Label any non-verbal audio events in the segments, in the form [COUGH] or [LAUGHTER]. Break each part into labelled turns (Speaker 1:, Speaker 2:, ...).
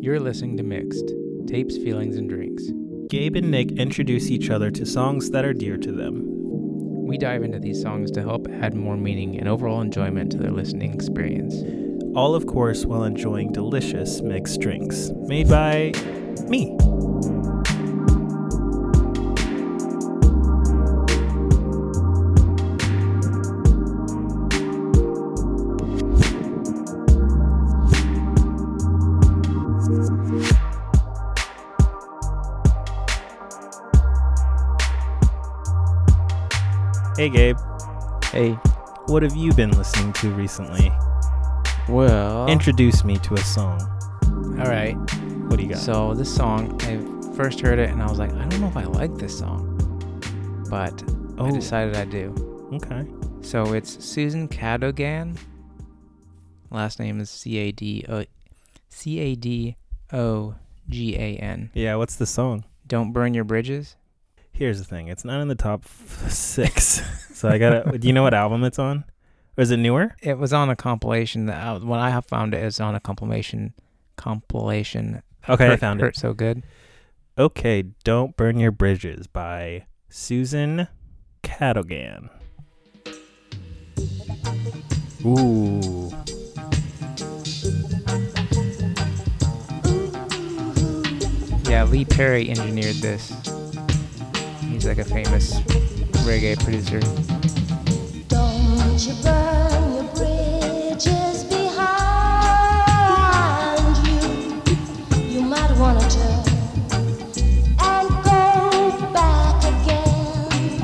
Speaker 1: You're listening to Mixed Tapes, Feelings, and Drinks.
Speaker 2: Gabe and Nick introduce each other to songs that are dear to them.
Speaker 1: We dive into these songs to help add more meaning and overall enjoyment to their listening experience.
Speaker 2: All, of course, while enjoying delicious mixed drinks made by me. Hey, Gabe,
Speaker 3: Hey,
Speaker 2: what have you been listening to recently?
Speaker 1: Oh.
Speaker 3: well,
Speaker 2: Introduce me to a song.
Speaker 1: All right,
Speaker 2: What do you got?
Speaker 1: so this song, I first heard it and I was like, I don't know if I like this song, but I
Speaker 2: Oh.
Speaker 1: decided I do.
Speaker 2: okay.
Speaker 1: So it's Susan Cadogan. Last name is C A D O C A D O G A N.
Speaker 2: Yeah, what's the song?
Speaker 1: Don't burn your bridges.
Speaker 2: Here's the thing it's not in the top f- six. [LAUGHS] so
Speaker 1: [LAUGHS]
Speaker 2: I gotta. do you know what album it's on? Or is it newer?
Speaker 1: it was on a compilation that I, when I found it, it was on a compilation compilation.
Speaker 2: Okay, I
Speaker 1: Hurt-
Speaker 2: found it.
Speaker 1: Hurt so good.
Speaker 2: Okay, Don't Burn Your Bridges by Susan Cadogan. Ooh.
Speaker 1: Yeah, Lee Perry engineered this. He's like a famous reggae producer.
Speaker 4: Don't you burn your bridges behind you. You might wanna turn and go back again.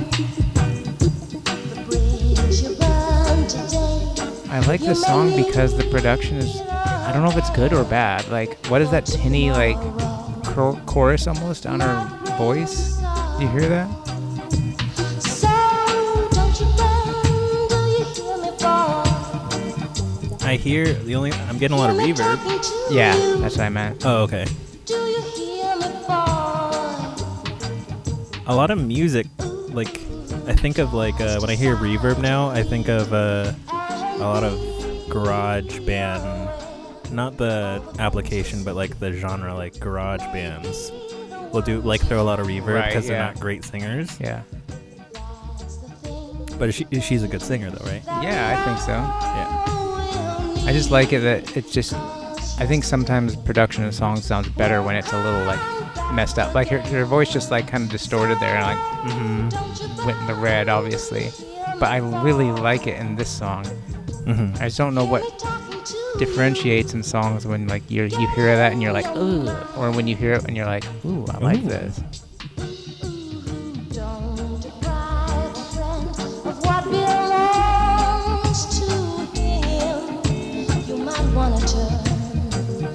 Speaker 4: The bridge you burn today.
Speaker 1: I like this song because the production is. I don't know if it's good or bad. Like, what is that tinny like cor- chorus almost on her voice? Do you hear that?
Speaker 4: So don't you burn, do you hear me, boy?
Speaker 2: I hear the only. I'm getting a lot of
Speaker 4: Hear me
Speaker 2: reverb.
Speaker 4: talking to
Speaker 1: Yeah,
Speaker 4: you?
Speaker 1: that's what I meant.
Speaker 2: Oh, okay.
Speaker 4: Do you hear me, boy?
Speaker 2: A lot of music, like, I think of, like, uh, when I hear reverb now, I think of uh, a lot of garage band. Not the application, but, like, the genre, like, garage bands. Will do, like, throw a lot of reverb
Speaker 1: Right,
Speaker 2: because they're
Speaker 1: yeah.
Speaker 2: not great singers.
Speaker 1: Yeah.
Speaker 2: But she, she's a good singer, though, right?
Speaker 1: Yeah, I think so.
Speaker 2: Yeah.
Speaker 1: I just like it that it's just I think sometimes production of songs sounds better when it's a little like messed up. Like her, her voice just like kind of distorted there and like went in the red, obviously. But I really like it in this song.
Speaker 2: Mm-hmm.
Speaker 1: I just don't know what differentiates in songs when like you you hear that and you're like ooh, or when you hear it and you're like ooh, I like
Speaker 2: Ooh.
Speaker 1: this.
Speaker 4: Don't deprive a friend of what belongs to him. You might wanna turn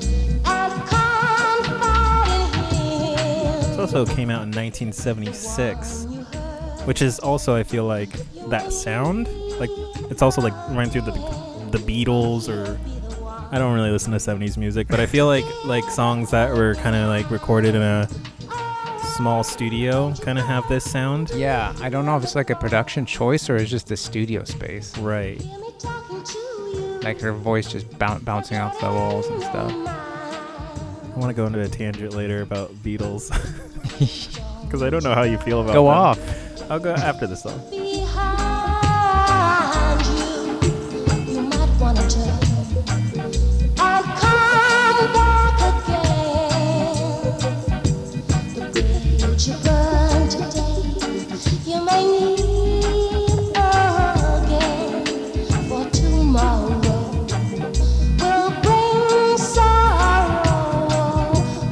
Speaker 4: and confide in
Speaker 2: This
Speaker 4: him.
Speaker 2: also came out in 1976, which is also I feel like that sound. Like it's also like running through the the Beatles or I don't really listen to 70s music, but I feel like like songs that were kind of like recorded in a small studio kind of have this sound.
Speaker 1: Yeah, I don't know if it's like a production choice or it's just the studio space.
Speaker 2: Right.
Speaker 4: Hear me talking to you.
Speaker 1: Like her voice just boun bouncing off the walls and stuff.
Speaker 2: I want to go into a tangent later about
Speaker 1: [LAUGHS]
Speaker 2: Beatles because I don't know how you feel about
Speaker 1: Go
Speaker 2: them.
Speaker 1: off.
Speaker 2: I'll go after the song.
Speaker 4: Behind you, you might wanna turn and come back again. The bridge you burned today, you may need again. For tomorrow will bring sorrow.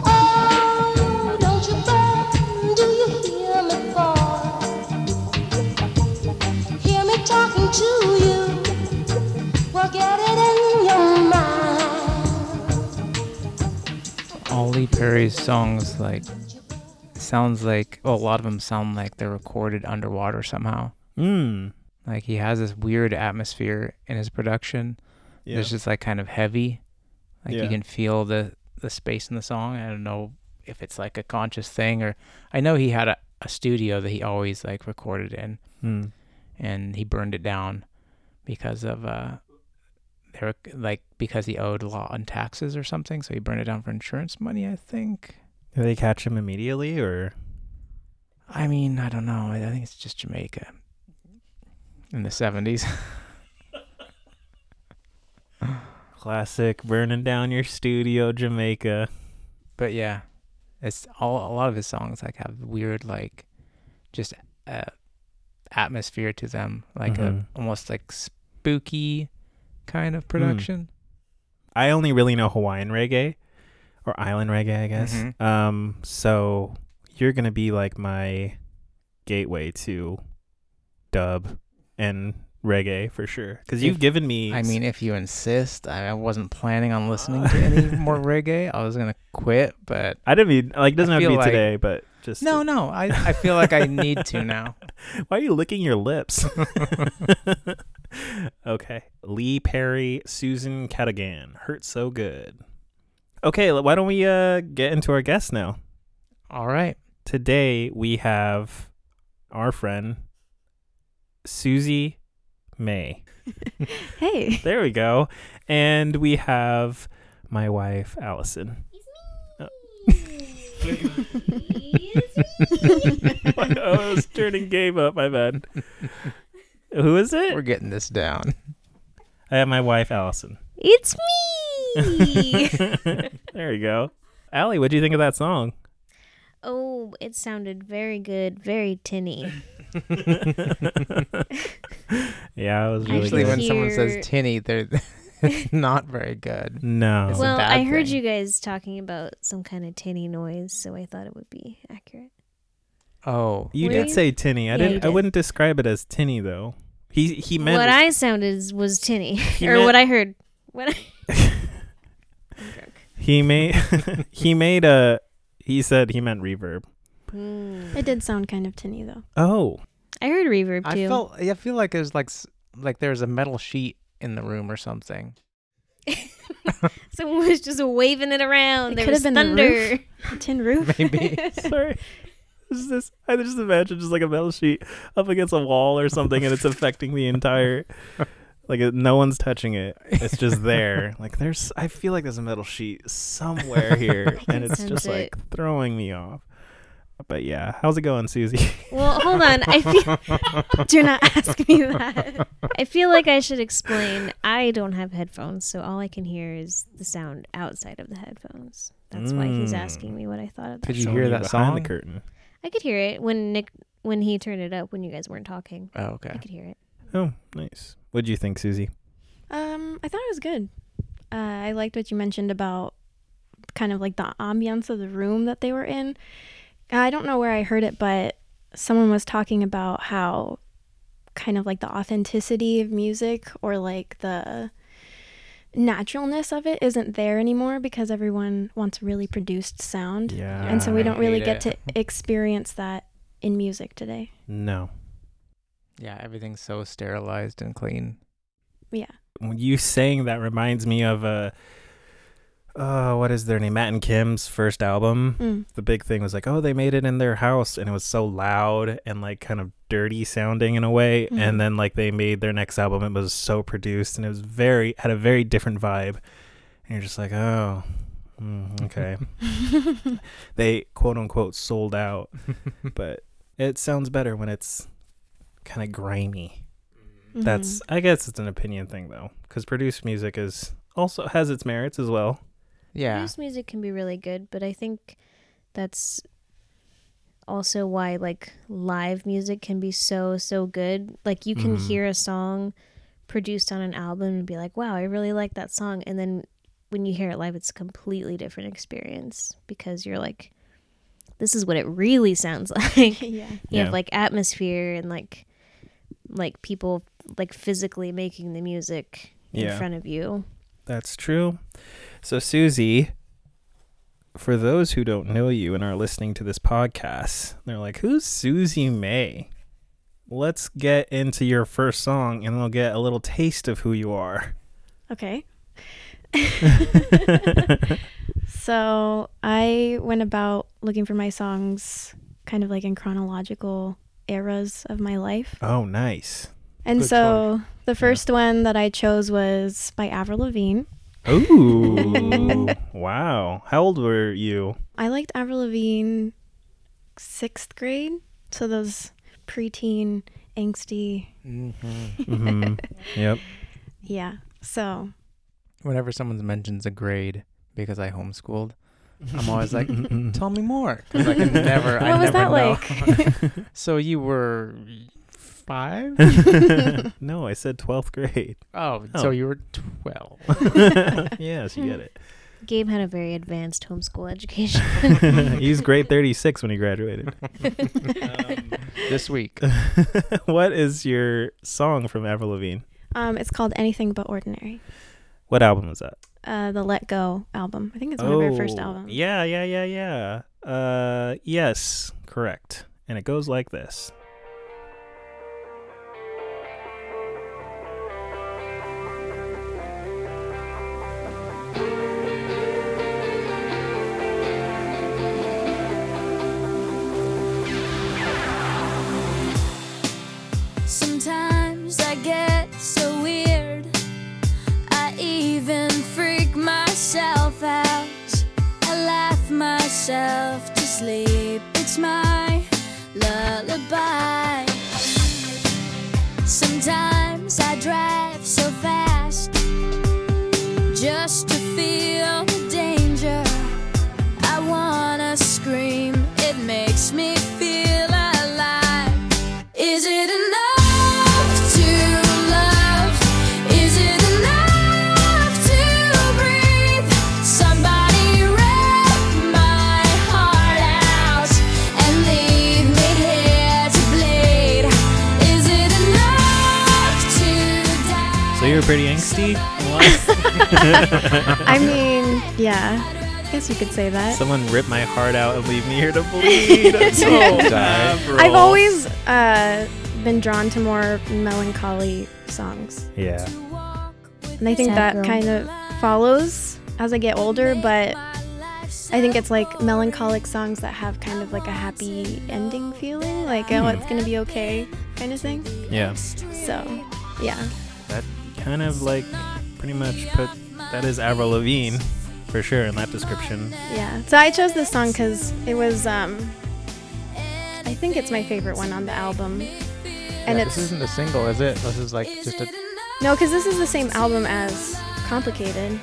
Speaker 4: Oh, don't you burn? Do you hear me, boy? Hear me talking to you. Well, get it in your mind.
Speaker 1: all Lee Perry's songs like sounds like well, a lot of them sound like they're recorded underwater somehow. Hmm.
Speaker 2: Mm.
Speaker 1: Like he has this weird atmosphere in his production.
Speaker 2: Yeah.
Speaker 1: It's just like kind of heavy. Like
Speaker 2: Yeah.
Speaker 1: you can feel the the space in the song. I don't know if it's like a conscious thing or I know he had a, a studio that he always like recorded in
Speaker 2: Mm.
Speaker 1: and he burned it down because of uh they were like because he owed law and taxes or something, so he burned it down for insurance money. I think.
Speaker 2: Did they catch him immediately, or
Speaker 1: I mean, I don't know. I I think it's just Jamaica in the seventies. [LAUGHS]
Speaker 2: classic burning down your studio, Jamaica?
Speaker 1: but yeah, it's all a lot of his songs like have weird like just uh, atmosphere to them, like
Speaker 2: Mhm.
Speaker 1: a almost like spooky kind of production.
Speaker 2: I only really know Hawaiian reggae or island reggae, I guess.
Speaker 1: Mhm.
Speaker 2: Um, so you're gonna be like my gateway to dub and reggae for sure, because you've
Speaker 1: If-
Speaker 2: given me.
Speaker 1: I mean, if you insist, I I wasn't planning on listening to any [LAUGHS] more reggae. I was gonna quit, but
Speaker 2: I didn't mean like it doesn't have to
Speaker 1: feel
Speaker 2: be
Speaker 1: like-
Speaker 2: today, but just
Speaker 1: no, no, I, I feel like I need to now.
Speaker 2: [LAUGHS] Why are you licking your lips? [LAUGHS] okay. Lee Perry, Susan Cadigan. Hurt so good. Okay, l- why don't we uh, get into our guests now?
Speaker 1: [LAUGHS] All right,
Speaker 2: Today we have our friend Susie May.
Speaker 5: Hey.
Speaker 2: There we go. And we have my wife Allison. [LAUGHS] oh, I was turning game up. My bad. Who is
Speaker 1: we're
Speaker 2: it?
Speaker 1: getting this down.
Speaker 2: I have my wife Allison.
Speaker 5: It's [LAUGHS]
Speaker 4: [LAUGHS]
Speaker 5: me.
Speaker 2: there you go. Allie, what do you think of that
Speaker 5: [LAUGHS]
Speaker 2: song?
Speaker 5: oh, it sounded very good, very tinny.
Speaker 2: yeah, it was really
Speaker 1: Usually,
Speaker 2: good.
Speaker 1: when someone
Speaker 5: Here-
Speaker 1: says tinny, [LAUGHS] they're it's not very good.
Speaker 2: no.
Speaker 1: It's a
Speaker 5: well,
Speaker 1: bad
Speaker 5: I heard
Speaker 1: thing.
Speaker 5: you guys talking about some kind of tinny noise, so I thought it would be accurate.
Speaker 1: Oh,
Speaker 2: you
Speaker 5: were
Speaker 2: did
Speaker 5: you-
Speaker 2: say tinny. I
Speaker 5: Yeah,
Speaker 2: didn't
Speaker 5: you
Speaker 2: I
Speaker 5: did.
Speaker 2: wouldn't describe it as tinny though. He he meant
Speaker 5: what I sounded is- was tinny,
Speaker 2: He
Speaker 5: or
Speaker 2: meant-
Speaker 5: what I heard. What I.
Speaker 2: [LAUGHS]
Speaker 5: [LAUGHS] I'm drunk.
Speaker 2: he made [LAUGHS] he made a he said he meant reverb.
Speaker 5: Hmm.
Speaker 6: It did sound kind of tinny though.
Speaker 2: Oh.
Speaker 5: I heard reverb too.
Speaker 1: I felt I feel like there's like s- like there's a metal sheet in the room or
Speaker 2: [LAUGHS]
Speaker 1: something.
Speaker 5: Someone was just waving it around.
Speaker 6: It
Speaker 5: there
Speaker 6: could
Speaker 5: was
Speaker 6: have been the
Speaker 5: thunder.
Speaker 2: [LAUGHS]
Speaker 6: roof. Tin roof.
Speaker 1: [LAUGHS] Maybe.
Speaker 2: Sorry. Is this I just imagine just like a metal sheet up against a wall or
Speaker 1: [LAUGHS]
Speaker 2: something and it's affecting the entire like it- no one's touching it. It's
Speaker 1: [LAUGHS]
Speaker 2: just there. Like there's I feel like there's a metal sheet somewhere
Speaker 1: [LAUGHS]
Speaker 2: here
Speaker 5: I
Speaker 2: and
Speaker 5: can
Speaker 2: it's
Speaker 5: sense
Speaker 2: just like
Speaker 5: it.
Speaker 2: throwing me off. But yeah, how's it going, Susie?
Speaker 5: [LAUGHS] Well, hold on.
Speaker 2: [LAUGHS]
Speaker 5: I feel. [LAUGHS] Do not ask me that. I feel like I should explain. I don't have headphones, so all I can hear is the sound outside of the headphones. That's why he's
Speaker 2: Mm.
Speaker 5: asking me what I thought of that.
Speaker 1: Could you
Speaker 2: Showing
Speaker 1: hear that
Speaker 2: behind
Speaker 1: song?
Speaker 2: the curtain.
Speaker 5: I could hear it when Nick when he turned it up when you guys weren't talking.
Speaker 1: Oh,
Speaker 5: I
Speaker 1: okay.
Speaker 5: could hear it.
Speaker 2: Oh, nice. What'd you think, Susie?
Speaker 6: Um, I thought it was good. Uh, I liked what you mentioned about kind of like the ambiance of the room that they were in. I don't know where I heard it, but someone was talking about how kind of like the authenticity of music or like the naturalness of it isn't there anymore because everyone wants really produced sound.
Speaker 2: Yeah.
Speaker 6: And so we
Speaker 1: I
Speaker 6: don't really
Speaker 1: hate
Speaker 6: get to
Speaker 1: it.
Speaker 6: experience that in music today.
Speaker 2: No.
Speaker 1: Yeah, everything's so sterilized and clean.
Speaker 6: Yeah.
Speaker 2: When you saying that reminds me of uh uh what is their name? Matt and Kim's first album.
Speaker 6: Mm.
Speaker 2: the big thing was like, oh, they made it in their house, and it was so loud and like kind of dirty sounding in a way.
Speaker 6: Mhm.
Speaker 2: And then like they made their next album, it was so produced and it was very had a very different vibe. And you're just like, oh,
Speaker 1: [LAUGHS]
Speaker 2: mm, okay. they quote unquote sold out, but it sounds better when it's kind of grimy. That's
Speaker 6: Mm-hmm.
Speaker 2: I guess it's an opinion thing though, because produced music is also has its merits as well.
Speaker 1: Yeah.
Speaker 5: Produced music can be really good, but I think that's also why like live music can be so so good. Like you can
Speaker 2: Mhm.
Speaker 5: hear a song produced on an album and be like, "Wow, I really like that song." And then when you hear it live, it's a completely different experience because you're like this is what it really sounds [LAUGHS] like. You
Speaker 6: mm-hmm. [LAUGHS] yeah.
Speaker 2: Yeah.
Speaker 5: have like atmosphere and like like people like physically making the music
Speaker 2: Yeah.
Speaker 5: in front of you.
Speaker 2: That's true. So, Susie, for those who don't know you and are listening to this podcast, they're like, Who's Susie May? Let's get into your first song and they'll get a little taste of who you
Speaker 6: [LAUGHS]
Speaker 2: are.
Speaker 6: Okay. so I went about looking for my songs kind of like in chronological eras of my life.
Speaker 2: Oh, nice.
Speaker 1: Uh,
Speaker 6: And
Speaker 1: Good
Speaker 6: so The first one that I chose was by Avril Lavigne. [LAUGHS]
Speaker 2: Ooh. wow. How old were you?
Speaker 6: I liked Avril Lavigne sixth grade. So those preteen angsty.
Speaker 1: Mm-hmm.
Speaker 2: hmm Yep.
Speaker 6: [LAUGHS] Yeah. So
Speaker 1: Whenever someone mentions a grade because I homeschooled, I'm always
Speaker 2: [LAUGHS]
Speaker 1: like,
Speaker 2: Mm-mm.
Speaker 1: tell me more. 'cause I can never,
Speaker 6: what
Speaker 1: I
Speaker 6: was that
Speaker 1: never know.
Speaker 6: like?
Speaker 1: So you were five? [LAUGHS]
Speaker 2: [LAUGHS] no, I said 12th grade.
Speaker 1: Oh,
Speaker 2: Oh.
Speaker 1: so you were 12.
Speaker 2: yes, you get
Speaker 5: Gabe had a very advanced
Speaker 2: [LAUGHS]
Speaker 5: homeschool education.
Speaker 2: it. he was grade 36 when he graduated. [LAUGHS]
Speaker 1: [LAUGHS] this week.
Speaker 2: what is your song from Avril Lavigne?
Speaker 6: um, it's called Anything But Ordinary.
Speaker 2: What album was that? Oh,
Speaker 6: Uh, the Let Go album. I think it's one of her
Speaker 1: Oh,
Speaker 6: first albums.
Speaker 2: Yeah, yeah, yeah, yeah. Uh, yes, correct. And it goes like this.
Speaker 4: Sometimes I get so weird. I even freak myself out. I laugh myself to sleep. It's my lullaby. Sometimes I drive so fast just to feel the danger. I wanna scream. It makes me feel alive. Is it enough to love? Is it enough to breathe? Somebody rip my heart out and leave me here to bleed. Is it enough to die?
Speaker 2: So you're pretty angsty.
Speaker 6: I mean, yeah. I guess you could say that.
Speaker 2: Someone ripped my heart out and leave me here to bleed. That's so Avril.
Speaker 6: I've always uh, been drawn to more melancholy songs.
Speaker 2: Yeah.
Speaker 6: And I think
Speaker 5: Sad
Speaker 6: that
Speaker 5: girl.
Speaker 6: kind of follows as I get older, but I think it's like melancholic songs that have kind of like a happy ending feeling, like, oh, it's going to be okay kind of thing.
Speaker 2: Yeah.
Speaker 6: So, yeah.
Speaker 2: That kind of like pretty much put that is Avril Lavigne for sure in that description.
Speaker 6: Yeah. So I chose this song because it was, um, I think it's my favorite one on the album. And
Speaker 1: Yeah,
Speaker 6: it's
Speaker 1: this isn't a single, is it? This is like just a.
Speaker 6: no, because this is the same album as Complicated.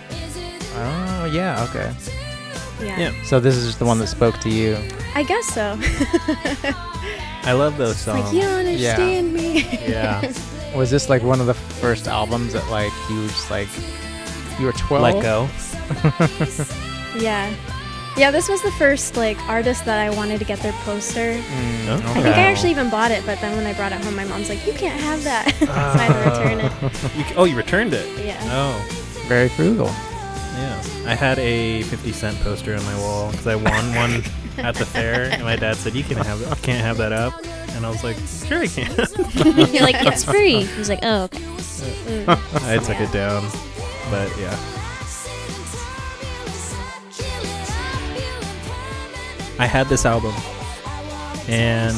Speaker 1: Oh, yeah, okay.
Speaker 6: Yeah.
Speaker 2: Yeah.
Speaker 1: So this is just the one that spoke to you.
Speaker 6: I guess so. [LAUGHS]
Speaker 2: I love those songs.
Speaker 6: like, you don't
Speaker 1: yeah.
Speaker 6: understand me.
Speaker 2: yeah.
Speaker 1: Was this like one of the first albums that like you were just like you were Mm, 12?
Speaker 2: Let
Speaker 1: [LAUGHS]
Speaker 2: go.
Speaker 6: [LAUGHS] yeah. Yeah, this was the first like artist that I wanted to get their poster.
Speaker 2: No?
Speaker 6: I think I actually even bought it, but then when I brought it home, my mom's like, "You can't have that." [LAUGHS] so I had
Speaker 1: Ah.
Speaker 6: to return it.
Speaker 2: You, oh, you returned it.
Speaker 1: [LAUGHS]
Speaker 6: Yeah.
Speaker 2: Oh,
Speaker 1: Very frugal.
Speaker 2: yeah. I had a 50 cent poster on my wall because I won one at the fair, and my dad said, "You can have it. You can't have that up." And I was like, "Sure, I can." [LAUGHS]
Speaker 5: You're like, it's free. He's like, oh, okay.
Speaker 2: I took it down, but yeah. I had this album, and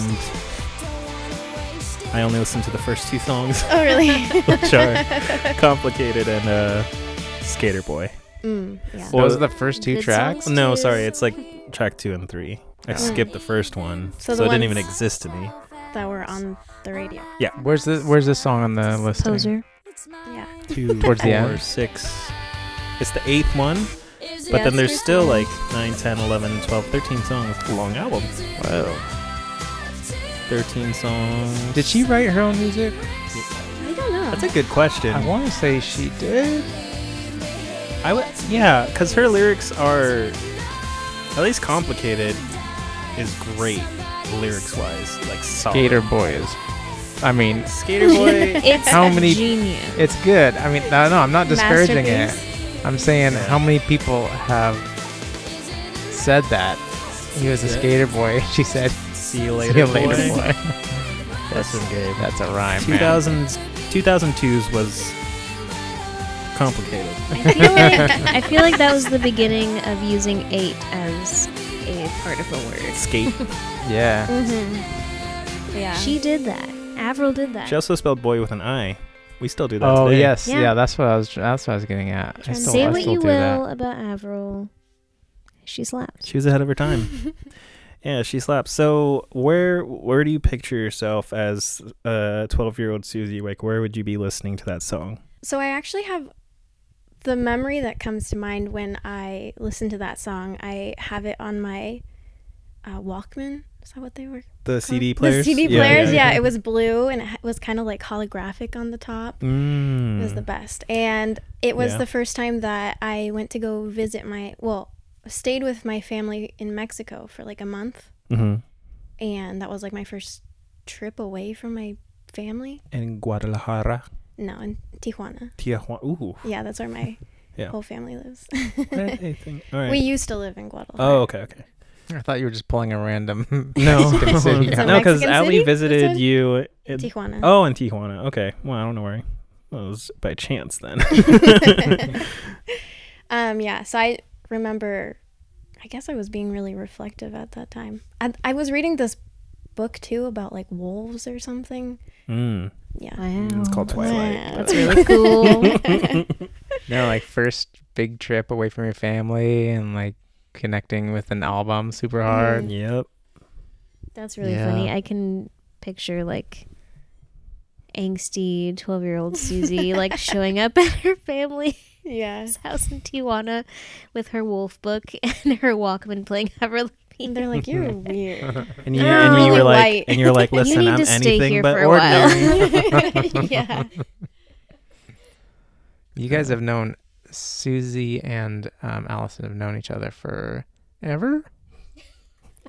Speaker 2: I only listened to the first two songs, [LAUGHS]
Speaker 6: Oh really?
Speaker 2: which are "Complicated" and uh, "Skater Boy."
Speaker 6: [LAUGHS] mm, yeah.
Speaker 2: Well,
Speaker 1: Those are the first two
Speaker 5: good
Speaker 1: tracks.
Speaker 5: songs?
Speaker 2: No,
Speaker 5: Yes.
Speaker 2: sorry, it's like track two and three. I skipped the first one,
Speaker 6: Oh. So
Speaker 2: so,
Speaker 6: the
Speaker 2: it didn't even
Speaker 6: ones-
Speaker 2: exist to me.
Speaker 6: That were on the radio.
Speaker 1: Where's the Where's this song on the list?
Speaker 2: [LAUGHS]
Speaker 5: Poser.
Speaker 6: Yeah.
Speaker 2: Two,
Speaker 1: Towards the end?
Speaker 2: four, six. It's the eighth one, but
Speaker 6: Yeah,
Speaker 2: then
Speaker 6: it's
Speaker 2: there's
Speaker 6: first
Speaker 2: still
Speaker 6: one.
Speaker 2: like 9, 10, 11, 12, 13 songs. It's a long album. Wow. 13 songs.
Speaker 1: Did she write her own music?
Speaker 6: I don't know.
Speaker 2: That's a good question.
Speaker 1: I want to say she did.
Speaker 2: I would, yeah, because her lyrics are at least complicated. Is great lyrics wise, like solid.
Speaker 1: Gator Boys. I mean,
Speaker 2: Skater
Speaker 6: [LAUGHS]
Speaker 2: boy.
Speaker 5: It's
Speaker 1: How many-
Speaker 5: genius.
Speaker 1: it's good. I mean, no, no, I'm not disparaging it. I'm saying
Speaker 2: Yeah.
Speaker 1: how many people have said that. He was a
Speaker 2: Yeah.
Speaker 1: skater boy. [LAUGHS] She said,
Speaker 2: See you
Speaker 1: "See
Speaker 2: later,
Speaker 1: you [LAUGHS] later,
Speaker 2: boy.
Speaker 1: boy."
Speaker 2: Listen, Gabe.
Speaker 1: That's a rhyme, man.
Speaker 2: 2000s, 2002s was [LAUGHS] complicated.
Speaker 5: I feel, like, I feel like that was the beginning of using eight as a part of a word.
Speaker 6: [LAUGHS]
Speaker 2: Skate.
Speaker 1: Yeah.
Speaker 6: Mm-hmm. Yeah.
Speaker 5: She did that. Avril did that.
Speaker 2: she also spelled boy with an I. We still do that.
Speaker 1: Oh
Speaker 2: today.
Speaker 1: yes,
Speaker 5: Yeah.
Speaker 1: yeah. That's what I was. That's what I was getting at. I
Speaker 6: Trying to
Speaker 1: still,
Speaker 5: Say
Speaker 1: I
Speaker 5: what
Speaker 1: still
Speaker 5: you
Speaker 1: do
Speaker 5: will
Speaker 1: That.
Speaker 5: about Avril. She slaps.
Speaker 2: She was
Speaker 6: [LAUGHS]
Speaker 2: ahead of her time. yeah, she slaps. So where where do you picture yourself as uh twelve year old Susie? Like where would you be listening to that song?
Speaker 6: So I actually have the memory that comes to mind when I listen to that song. I have it on my uh, Walkman. Is that what they were?
Speaker 2: The CD
Speaker 6: called?
Speaker 2: players.
Speaker 6: The CD players. Yeah, it was blue and it ha- was kind of like holographic on the top. It was
Speaker 2: Mm.
Speaker 6: the best, and it was
Speaker 2: Yeah.
Speaker 6: the first time that I went to go visit my well, stayed with my family in Mexico for like a month,
Speaker 2: hmm
Speaker 6: and that was like my first trip away from my family.
Speaker 2: In Guadalajara,
Speaker 6: No, in Tijuana.
Speaker 2: Tijuana.
Speaker 6: [LAUGHS]
Speaker 2: Ooh.
Speaker 6: Yeah, that's where my
Speaker 2: [LAUGHS] Yeah.
Speaker 6: whole family lives. [LAUGHS]
Speaker 2: Anything- All right.
Speaker 6: We used to live in Guadalajara.
Speaker 2: oh, okay,
Speaker 6: [LAUGHS]
Speaker 2: okay.
Speaker 1: I thought you were just pulling a random. [LAUGHS]
Speaker 2: [LAUGHS] No,
Speaker 1: Mexican city.
Speaker 6: It's a
Speaker 2: no, because
Speaker 6: Mexican
Speaker 2: Ali
Speaker 6: city? That's
Speaker 2: visited
Speaker 6: what-
Speaker 2: you. in-
Speaker 6: Tijuana.
Speaker 2: oh, in Tijuana. Okay. Well, I don't know where. I- Well, it was by chance then.
Speaker 6: Um, yeah. So I remember, I guess I was being really reflective at that time. I, I was reading this book too about like wolves or something.
Speaker 2: mm.
Speaker 6: Yeah.
Speaker 5: Wow.
Speaker 2: It's called Twilight.
Speaker 6: [LAUGHS]
Speaker 5: That's
Speaker 2: [LAUGHS]
Speaker 5: really cool.
Speaker 1: no, like first big trip away from your family and like connecting with an album super
Speaker 2: Mm-hmm.
Speaker 1: hard.
Speaker 2: Yep.
Speaker 5: That's really
Speaker 3: Yeah.
Speaker 5: funny. I can picture like angsty 12 year old
Speaker 6: [LAUGHS]
Speaker 5: Susie like showing up at her family's
Speaker 6: Yeah.
Speaker 5: house in Tijuana with her wolf book [LAUGHS] and her Walkman playing Avril Lavigne.
Speaker 6: And they're
Speaker 2: [LAUGHS]
Speaker 6: like, you're weird. [LAUGHS]
Speaker 2: And you,
Speaker 6: I'm
Speaker 2: and you
Speaker 6: really
Speaker 2: were like,
Speaker 6: white.
Speaker 2: and you're like,
Speaker 5: You
Speaker 2: listen,
Speaker 5: need
Speaker 2: I'm
Speaker 5: to stay
Speaker 2: anything
Speaker 5: here
Speaker 2: but
Speaker 5: for a while."
Speaker 2: ordinary.
Speaker 6: yeah.
Speaker 1: You guys have known Susie and um, Allison have known each other forever.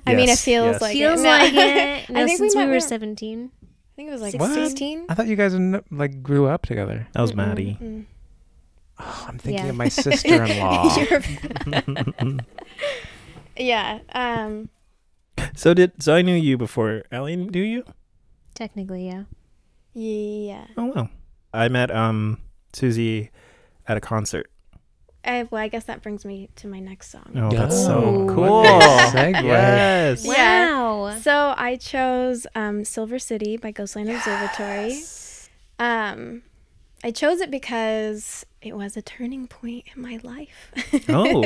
Speaker 6: I mean, it
Speaker 2: Yes,
Speaker 6: feels
Speaker 2: yes.
Speaker 6: like
Speaker 5: Feels
Speaker 6: it. [LAUGHS] No.
Speaker 5: like it. No,
Speaker 6: I think we
Speaker 5: since we,
Speaker 6: met
Speaker 5: were
Speaker 6: when-
Speaker 5: 17.
Speaker 6: I think it was like
Speaker 1: What?
Speaker 6: 16.
Speaker 1: I thought you guys kn- like grew up together.
Speaker 2: [LAUGHS] That was Maddie.
Speaker 6: Mm.
Speaker 1: Oh, I'm thinking
Speaker 5: Yeah.
Speaker 1: of [LAUGHS] my sister-in-law.
Speaker 6: [LAUGHS]
Speaker 1: [LAUGHS]
Speaker 6: You're- yeah. Um,
Speaker 2: [LAUGHS] So did so I knew you before Allie knew you?
Speaker 5: Technically, yeah.
Speaker 6: yeah.
Speaker 2: Oh wow. I met um Susie at a concert.
Speaker 6: I, Eh, well, I guess that brings me to my next song.
Speaker 2: Oh, that's so
Speaker 1: Oh,
Speaker 2: cool.
Speaker 1: what a segue.
Speaker 2: Yes.
Speaker 6: Yeah.
Speaker 5: Wow.
Speaker 6: So I chose um, Silver City by Ghostland Observatory. Um, I chose it because it was a turning point in my life.
Speaker 2: Oh.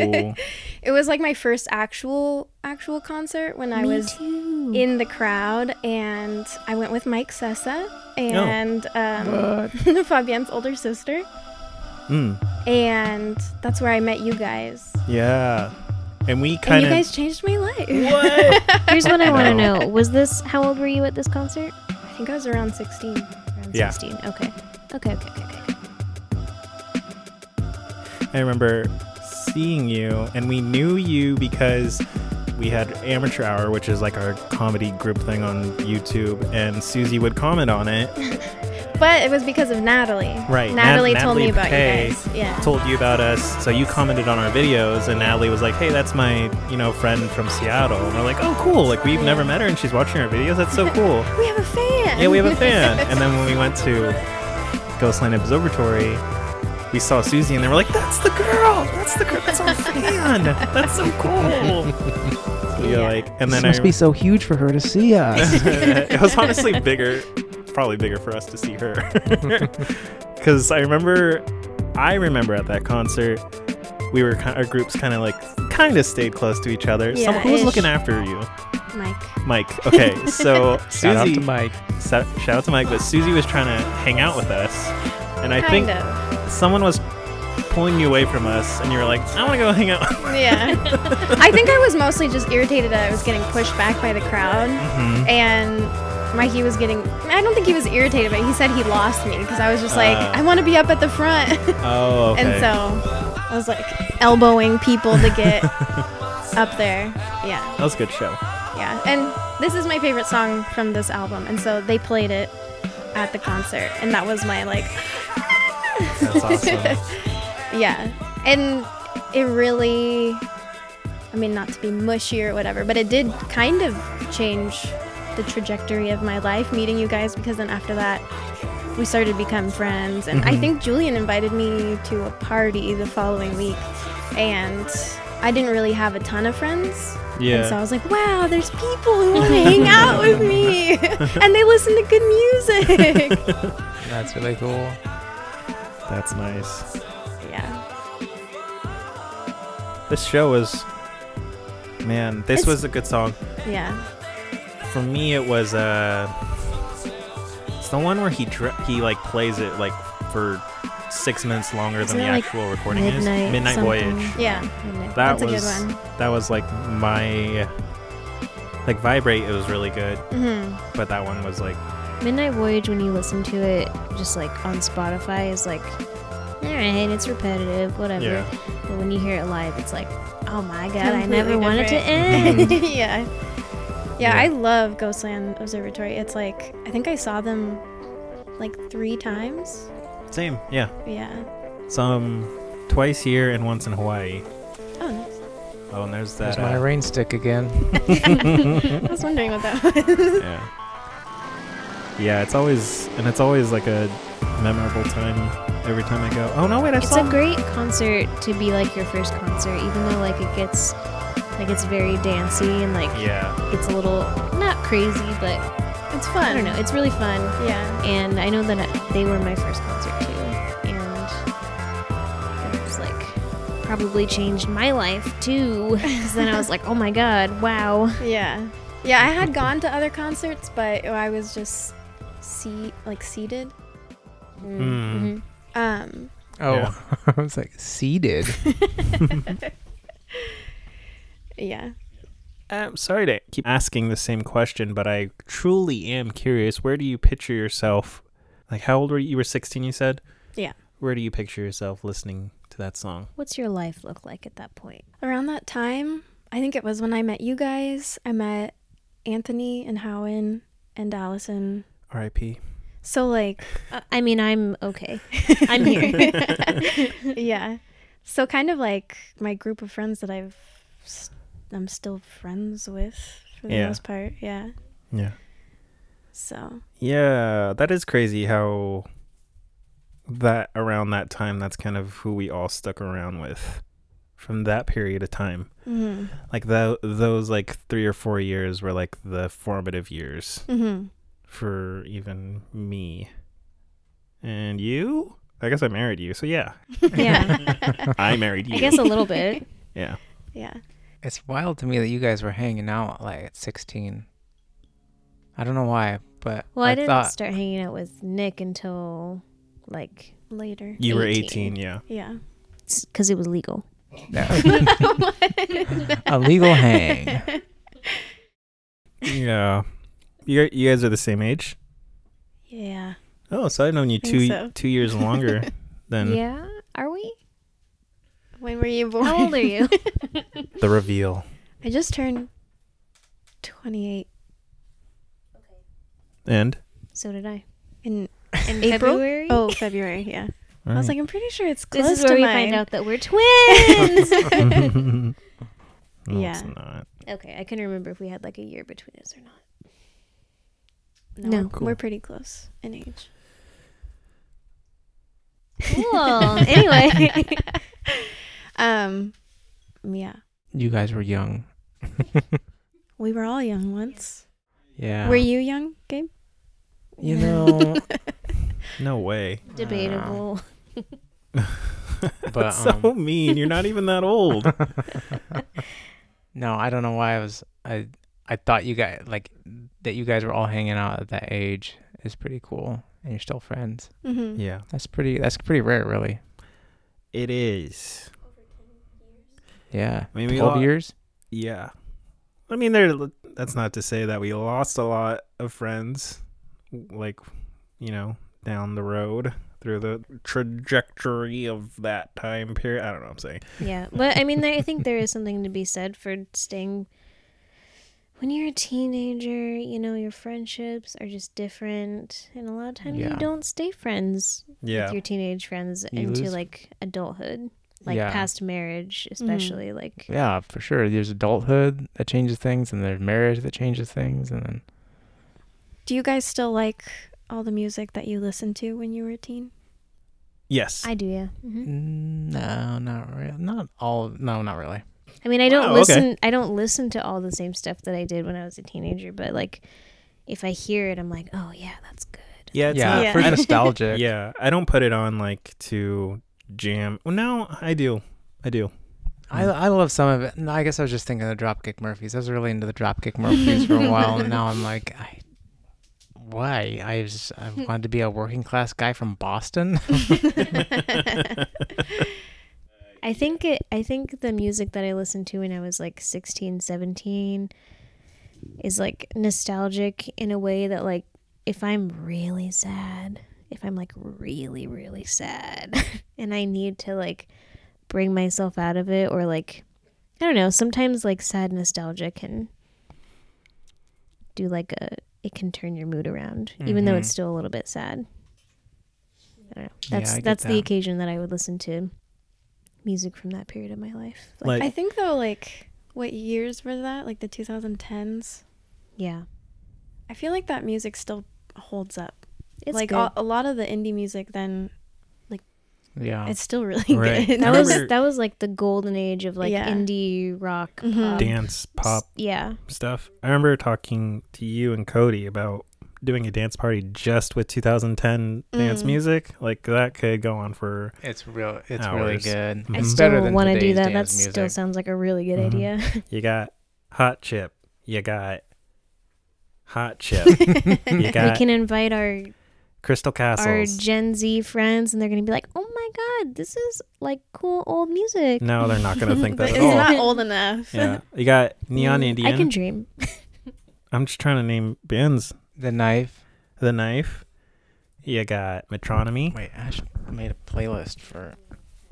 Speaker 6: [LAUGHS] it was like my first actual actual concert when I
Speaker 5: Me
Speaker 6: was [LAUGHS]
Speaker 5: too.
Speaker 6: in the crowd, and I went with Mike Sessa
Speaker 2: Oh.
Speaker 6: and um, [LAUGHS] Fabienne's older sister,
Speaker 2: Mm.
Speaker 6: and that's where I met you guys.
Speaker 2: Yeah. And we
Speaker 6: And
Speaker 2: kind
Speaker 6: you
Speaker 2: of
Speaker 6: guys changed my life.
Speaker 2: What?
Speaker 5: Here's what I want to
Speaker 2: No.
Speaker 5: know. Was this, how old were you at this concert?
Speaker 6: [LAUGHS] I think I was around 16.
Speaker 5: Around
Speaker 2: Yeah.
Speaker 5: 16. Okay. Okay, okay, okay, okay.
Speaker 2: I remember seeing you, and we knew you because we had Amateur Hour, which is like our comedy group thing on YouTube, and Susie would comment on
Speaker 6: [LAUGHS]
Speaker 2: it.
Speaker 6: But it was because of Natalie.
Speaker 2: Right. Nat-
Speaker 6: Natalie told me about
Speaker 2: Pay
Speaker 6: you guys. Yeah.
Speaker 2: Told you about us, so you commented on our videos, and Natalie was like, "Hey, that's my you know friend from Seattle," and we're like, "Oh, cool! Like we've never met her, and she's watching our videos. That's
Speaker 6: [LAUGHS]
Speaker 2: so cool."
Speaker 6: we have a fan.
Speaker 2: yeah, we have a fan.
Speaker 6: [LAUGHS]
Speaker 2: And then when we went to Ghostland Observatory, we saw Susie, and they were like, "That's the girl! That's the girl! That's our fan! That's so cool!" So you're
Speaker 6: Yeah.
Speaker 2: like, and
Speaker 3: This
Speaker 2: then
Speaker 3: must
Speaker 2: I,
Speaker 3: be so huge for her to see us.
Speaker 2: [LAUGHS] it was honestly bigger, probably bigger for us to see her, [LAUGHS] because I remember, I remember at that concert, we were kind, our groups kind of like kind of stayed close to each other. Some, who was
Speaker 6: Yeah-ish.
Speaker 2: looking after you,
Speaker 6: Mike.
Speaker 2: Mike? Okay, so
Speaker 1: Shout out
Speaker 2: Susie,
Speaker 1: to Mike.
Speaker 2: Sa- shout out to Mike, but Susie was trying to hang out with us, and I
Speaker 6: Kind
Speaker 2: think
Speaker 6: of.
Speaker 2: someone was pulling you away from us, and you were like, "I want to go hang out."
Speaker 6: Yeah. I think I was mostly just irritated that I was getting pushed back by the crowd,
Speaker 2: Mm-hmm.
Speaker 6: and Mikey was getting. I don't think he was irritated, but he said he lost me because I was just like,
Speaker 2: Ah.
Speaker 6: I want to be up at the front,
Speaker 2: [LAUGHS]
Speaker 6: [LAUGHS]
Speaker 2: Oh, okay.
Speaker 6: and so I was like elbowing people to
Speaker 2: [LAUGHS]
Speaker 6: get up there. Yeah,
Speaker 2: that was a good show.
Speaker 6: yeah. And this is my favorite song from this album, and so they played it at the concert, and that was my like [LAUGHS]
Speaker 2: That's awesome.
Speaker 6: Yeah. And it really, I mean, not to be mushy or whatever, but it did kind of change the trajectory of my life meeting you guys because then after that, we started to become friends. And
Speaker 2: Mm-hmm.
Speaker 6: I think Julian invited me to a party the following week. And I didn't really have a ton of friends. And so I
Speaker 2: yeah.
Speaker 6: was like, wow, there's people who want to
Speaker 2: [LAUGHS]
Speaker 6: hang out with me. and they listen to good music. [LAUGHS]
Speaker 1: That's really cool.
Speaker 2: That's nice.
Speaker 6: Yeah.
Speaker 2: This show was, man, this
Speaker 6: It's-
Speaker 2: was a good song.
Speaker 6: Yeah.
Speaker 2: For me, it was uh, it's the one where he dr- he like plays it like for six minutes longer
Speaker 5: Isn't
Speaker 2: than the
Speaker 5: it, like,
Speaker 2: actual recording is. Midnight
Speaker 5: something?
Speaker 2: Voyage.
Speaker 6: Yeah.
Speaker 2: That
Speaker 5: Midnight.
Speaker 6: That's a good
Speaker 2: was
Speaker 6: one.
Speaker 2: that was like my like vibrate. It was really good,
Speaker 6: hmm
Speaker 2: but that one was like
Speaker 5: Midnight Voyage, when you listen to it, just like on Spotify, is like, all right, it's repetitive, whatever.
Speaker 2: Yeah.
Speaker 5: But when you hear it live, it's like, oh my god, I
Speaker 6: Completely
Speaker 5: never wanted to
Speaker 6: [LAUGHS]
Speaker 2: different.
Speaker 5: end.
Speaker 6: yeah. Yeah,
Speaker 2: Mm. Yeah.
Speaker 6: I love Ghostland Observatory. It's like I think I saw them like three times.
Speaker 2: same. Yeah,
Speaker 6: Yeah.
Speaker 2: some twice here and once in Hawaii.
Speaker 6: Oh, nice.
Speaker 2: Oh, and there's that.
Speaker 1: There's my
Speaker 2: uh,
Speaker 1: rain stick again.
Speaker 6: I was wondering what that [LAUGHS] was.
Speaker 2: yeah. Yeah, it's always and it's always like a memorable time every time I go. Oh no, wait, I
Speaker 5: It's
Speaker 2: saw.
Speaker 5: a great concert to be like your first concert, even though like it gets like it's very dancey and like
Speaker 2: yeah,
Speaker 5: it's a little not crazy, but
Speaker 6: It's fun.
Speaker 5: I don't know, it's really fun. [LAUGHS]
Speaker 6: Yeah.
Speaker 5: And I know that I- they were my first concert too, and it was like probably changed my life too. Because
Speaker 6: [LAUGHS]
Speaker 5: then I was like, oh my god, wow.
Speaker 6: Yeah. Yeah, I had gone to other concerts, but I was just seat like seated.
Speaker 2: Mm.
Speaker 6: Um,
Speaker 1: Oh,
Speaker 2: Yeah.
Speaker 1: [LAUGHS] I was like seeded.
Speaker 6: yeah.
Speaker 2: I'm sorry to keep asking the same question, but I truly am curious. Where do you picture yourself? Like, how old were you? You were 16, you said?
Speaker 6: Yeah.
Speaker 2: Where do you picture yourself listening to that song?
Speaker 5: What's your life look like at that point?
Speaker 6: Around that time, I think it was when I met you guys. I met Anthony and Howen and Allison.
Speaker 2: R.I.P.
Speaker 5: [LAUGHS]
Speaker 6: So like,
Speaker 5: Uh, I mean, I'm [LAUGHS] okay. I'm here.
Speaker 6: yeah. So kind of like my group of friends that I've s- I'm still friends with for the
Speaker 2: Yeah.
Speaker 6: most part. Yeah.
Speaker 2: Yeah.
Speaker 6: So,
Speaker 2: Yeah, that is crazy how that around that time, that's kind of who we all stuck around with from that period of time.
Speaker 5: Mm-hmm.
Speaker 6: mhm.
Speaker 2: Like, tho- those like three or four years were like the formative years.
Speaker 6: Mhm.
Speaker 2: for even me. And you? I guess I married you, so [LAUGHS] yeah.
Speaker 5: yeah,
Speaker 2: I married you.
Speaker 5: Mm-hmm. [LAUGHS] I guess a little bit.
Speaker 2: Yeah.
Speaker 6: Yeah.
Speaker 1: it's wild to me that you guys were hanging out like at 16. I don't know why, but
Speaker 5: Well, I, didn't
Speaker 1: thought
Speaker 5: start hanging out with Nick until like
Speaker 6: Later.
Speaker 2: You were
Speaker 5: 18.
Speaker 2: 18, yeah. [LAUGHS]
Speaker 6: Yeah. [LAUGHS]
Speaker 5: because it was legal.
Speaker 1: no. a legal hang. [LAUGHS]
Speaker 2: Yeah. You you guys are the same age?
Speaker 6: [LAUGHS] Yeah.
Speaker 2: Oh, so I've known you
Speaker 6: Think
Speaker 2: two
Speaker 6: so.
Speaker 2: 2 years
Speaker 5: [LAUGHS]
Speaker 2: longer than
Speaker 5: yeah, are we?
Speaker 6: When were you born?
Speaker 5: How old are
Speaker 6: [LAUGHS]
Speaker 5: you?
Speaker 2: the reveal.
Speaker 6: I just turned 28
Speaker 2: And
Speaker 5: so did I.
Speaker 6: in in
Speaker 5: April?
Speaker 6: February. [LAUGHS] Oh, February, yeah. I was like, I'm pretty sure it's close
Speaker 5: this is
Speaker 6: to
Speaker 5: where we
Speaker 6: mine.
Speaker 5: find out that we're twins.
Speaker 2: [LAUGHS] No,
Speaker 6: Yeah.
Speaker 2: it's not.
Speaker 5: [LAUGHS] okay, I can remember if we had like a year between us or not.
Speaker 6: No,
Speaker 5: No.
Speaker 6: we're-
Speaker 2: Cool.
Speaker 6: we're pretty close in [LAUGHS] age.
Speaker 5: Cool. [LAUGHS] anyway,
Speaker 6: [LAUGHS] Um, yeah,
Speaker 1: You guys were young. [LAUGHS]
Speaker 6: we were all young once.
Speaker 1: Yeah.
Speaker 6: Were you young, Gabe?
Speaker 1: You know,
Speaker 2: No way.
Speaker 5: [LAUGHS] debatable.
Speaker 1: but
Speaker 2: That's [LAUGHS] so
Speaker 1: um,
Speaker 2: mean. You're not even that old.
Speaker 1: no, I don't know why I was I I thought you guys like that you guys were all hanging out at that age is pretty cool and you're still friends.
Speaker 6: Mm-hmm.
Speaker 2: yeah.
Speaker 1: That's pretty that's pretty rare really.
Speaker 2: It is.
Speaker 1: Yeah.
Speaker 2: I mean, we
Speaker 1: 12
Speaker 2: all-
Speaker 1: years?
Speaker 2: Yeah. I mean, there. That's not to say that we lost a lot of friends, like, you know, down the road through the trajectory of that time period. I don't know what I'm saying.
Speaker 5: yeah, but I mean, there, I think there is something to be said for staying. When you're a teenager, you know your friendships are just different, and a lot of times
Speaker 1: Yeah.
Speaker 5: you don't stay friends
Speaker 2: Yeah.
Speaker 5: with your teenage friends
Speaker 1: You
Speaker 5: into
Speaker 1: lose-
Speaker 5: like adulthood, like
Speaker 1: Yeah.
Speaker 5: past marriage, especially like
Speaker 1: Yeah, for sure. There's adulthood that changes things and there's marriage that changes things and then
Speaker 6: Do you guys still like all the music that you listened to when you were a teen?
Speaker 2: Yes.
Speaker 5: I do. Yeah,
Speaker 1: Mm-hmm.
Speaker 5: hmm
Speaker 1: no, not really. Not all no, not really.
Speaker 5: I mean, I don't
Speaker 2: Wow, okay.
Speaker 5: listen. I don't listen to all the same stuff that I did when I was a teenager. But like, if I hear it, I'm like, oh yeah, that's good.
Speaker 2: Yeah, it's
Speaker 1: yeah,
Speaker 2: not
Speaker 1: for [LAUGHS]
Speaker 5: Yeah.
Speaker 1: nostalgic.
Speaker 2: Yeah, I don't put it on like to jam. Well, no, I do. I do.
Speaker 1: I, I love some of it. No, I guess I was just thinking of the Dropkick Murphys. I was really into the Dropkick Murphys for a while, and now [LAUGHS] I'm like, I, why? I was I wanted to be a working class guy from Boston. [LAUGHS]
Speaker 5: I think it I think the music that I listened to when I was like 16, 17 is like nostalgic in a way that like if I'm really sad, if I'm like really really sad [LAUGHS] and I need to like bring myself out of it or like I don't know, sometimes like sad nostalgia can do like a it can turn your mood around even though it's still a little bit sad. I don't know.
Speaker 1: Mm-hmm. Yeah,
Speaker 5: That's
Speaker 1: I get
Speaker 5: that's
Speaker 1: that.
Speaker 5: the occasion that I would listen to music from that period of my life. Like,
Speaker 2: Like,
Speaker 6: I think though, like what years were that? Like the 2010s.
Speaker 5: yeah,
Speaker 6: I feel like that music still holds up.
Speaker 5: it's
Speaker 6: like
Speaker 5: good.
Speaker 6: A, a lot of the indie music, then
Speaker 1: yeah,
Speaker 6: it's still really
Speaker 2: Right.
Speaker 6: good.
Speaker 2: I
Speaker 5: that was
Speaker 6: [LAUGHS]
Speaker 2: remember-
Speaker 5: that was like the golden age of like
Speaker 6: Yeah.
Speaker 5: indie rock,
Speaker 6: Mhm.
Speaker 5: pop,
Speaker 2: dance pop
Speaker 5: Yeah,
Speaker 2: stuff. I remember talking to you and Cody about doing a dance party just with 2010 dance
Speaker 6: Mm.
Speaker 2: music. Like that could go on for.
Speaker 1: it's real. It's really
Speaker 2: Hours.
Speaker 1: good.
Speaker 5: I
Speaker 2: Mhm.
Speaker 5: still want to do
Speaker 1: today's
Speaker 5: that. That
Speaker 1: dance
Speaker 5: still
Speaker 1: music.
Speaker 5: sounds like a really good
Speaker 2: Mhm.
Speaker 5: idea. [LAUGHS]
Speaker 2: You got hot chip. You got hot chip. you
Speaker 5: we
Speaker 2: got
Speaker 5: can invite our
Speaker 2: crystal
Speaker 5: our
Speaker 2: castles.
Speaker 5: Gen Z friends, and they're gonna be like, "Oh my god, this is like cool old music."
Speaker 2: no, they're not going to think that
Speaker 6: But it's
Speaker 2: at all.
Speaker 6: not old enough.
Speaker 2: yeah, you got neon Indian.
Speaker 5: I can dream.
Speaker 2: I'm just trying to name bands.
Speaker 1: The knife.
Speaker 2: The knife. You got metronomy.
Speaker 1: Wait, Ash made a playlist for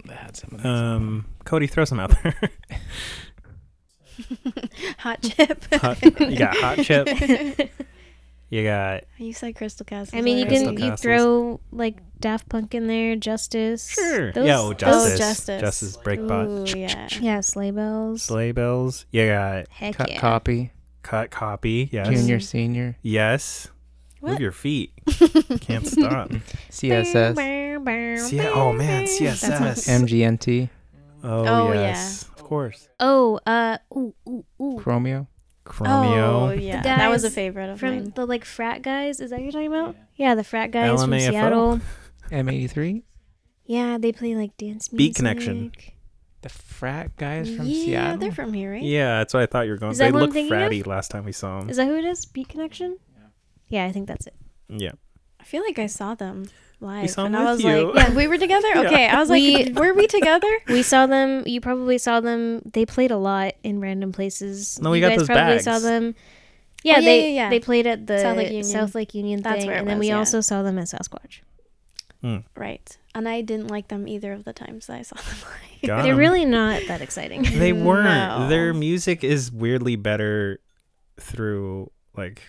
Speaker 1: that had some of these.
Speaker 2: Um, Cody, throw some out there.
Speaker 6: [LAUGHS]
Speaker 2: [LAUGHS]
Speaker 6: Hot chip.
Speaker 2: [LAUGHS] Hot- you got hot chip.
Speaker 6: [LAUGHS]
Speaker 2: You got
Speaker 6: you said Crystal Castles.
Speaker 5: I mean, you
Speaker 6: already.
Speaker 5: can
Speaker 2: Crystal
Speaker 5: you
Speaker 2: Castles.
Speaker 5: throw like Daft Punk in there, Justice. Those,
Speaker 2: yeah, oh,
Speaker 5: those-
Speaker 2: justice.
Speaker 6: Justice.
Speaker 2: Justice. Breakbot.
Speaker 6: Ooh, yeah.
Speaker 5: yeah, sleigh bells.
Speaker 2: Sleigh bells. You got
Speaker 5: Heck
Speaker 1: Cut
Speaker 5: yeah.
Speaker 1: copy.
Speaker 2: cut copy. Yes.
Speaker 1: Junior, senior,
Speaker 2: Yes. Move
Speaker 6: What?
Speaker 2: your
Speaker 5: [LAUGHS]
Speaker 2: feet. Can't stop.
Speaker 1: CSS,
Speaker 2: See, oh man, CSS.
Speaker 1: MGMT,
Speaker 2: oh,
Speaker 6: Oh,
Speaker 2: yes. Of course.
Speaker 5: Oh, uh, ooh, ooh, ooh.
Speaker 1: Chromio.
Speaker 6: Oh
Speaker 2: Chromeo.
Speaker 6: yeah,
Speaker 5: The
Speaker 6: that was a
Speaker 5: guys
Speaker 6: favorite of
Speaker 5: From
Speaker 6: mine.
Speaker 5: the like frat guys, is that what you're talking about? Yeah, the frat guys from
Speaker 2: LMAFO?
Speaker 5: Seattle.
Speaker 1: M83.
Speaker 5: Yeah, they play like dance music.
Speaker 2: Beat Connection.
Speaker 1: The frat guys from
Speaker 6: yeah,
Speaker 1: Seattle.
Speaker 6: they're from here, right?
Speaker 2: Yeah, that's what I thought you were going.
Speaker 5: Is that
Speaker 2: They
Speaker 5: who I'm
Speaker 2: looked
Speaker 5: thinking of?
Speaker 2: fratty last time we saw them.
Speaker 5: Is that who it is? Beat Connection. Yeah, I think that's it. [LAUGHS]
Speaker 2: Yeah.
Speaker 6: I feel like I saw them live.
Speaker 2: saw 'em
Speaker 6: and I
Speaker 2: with
Speaker 6: was
Speaker 2: you.
Speaker 6: like, yeah, we were
Speaker 2: [LAUGHS]
Speaker 6: together? Okay. I was like,
Speaker 5: We-
Speaker 6: were we together?
Speaker 5: We saw them. You probably saw them. They played a lot in random places.
Speaker 2: No, we
Speaker 5: you
Speaker 2: got
Speaker 5: guys
Speaker 2: those
Speaker 5: probably
Speaker 2: bags.
Speaker 5: saw them. Yeah,
Speaker 6: Oh, yeah,
Speaker 5: they
Speaker 6: yeah, yeah.
Speaker 5: they played at the
Speaker 6: South Lake
Speaker 5: South Lake
Speaker 6: Union.
Speaker 5: Union,
Speaker 6: That's
Speaker 5: thing,
Speaker 6: where it
Speaker 5: and then
Speaker 6: was,
Speaker 5: we
Speaker 6: yeah.
Speaker 5: also saw them at Sasquatch.
Speaker 6: Right. And I didn't like them either of the times that I saw them live.
Speaker 2: Got
Speaker 5: They're
Speaker 2: 'em.
Speaker 5: really not that exciting. [LAUGHS]
Speaker 2: They weren't.
Speaker 6: No.
Speaker 2: Their music is weirdly better through like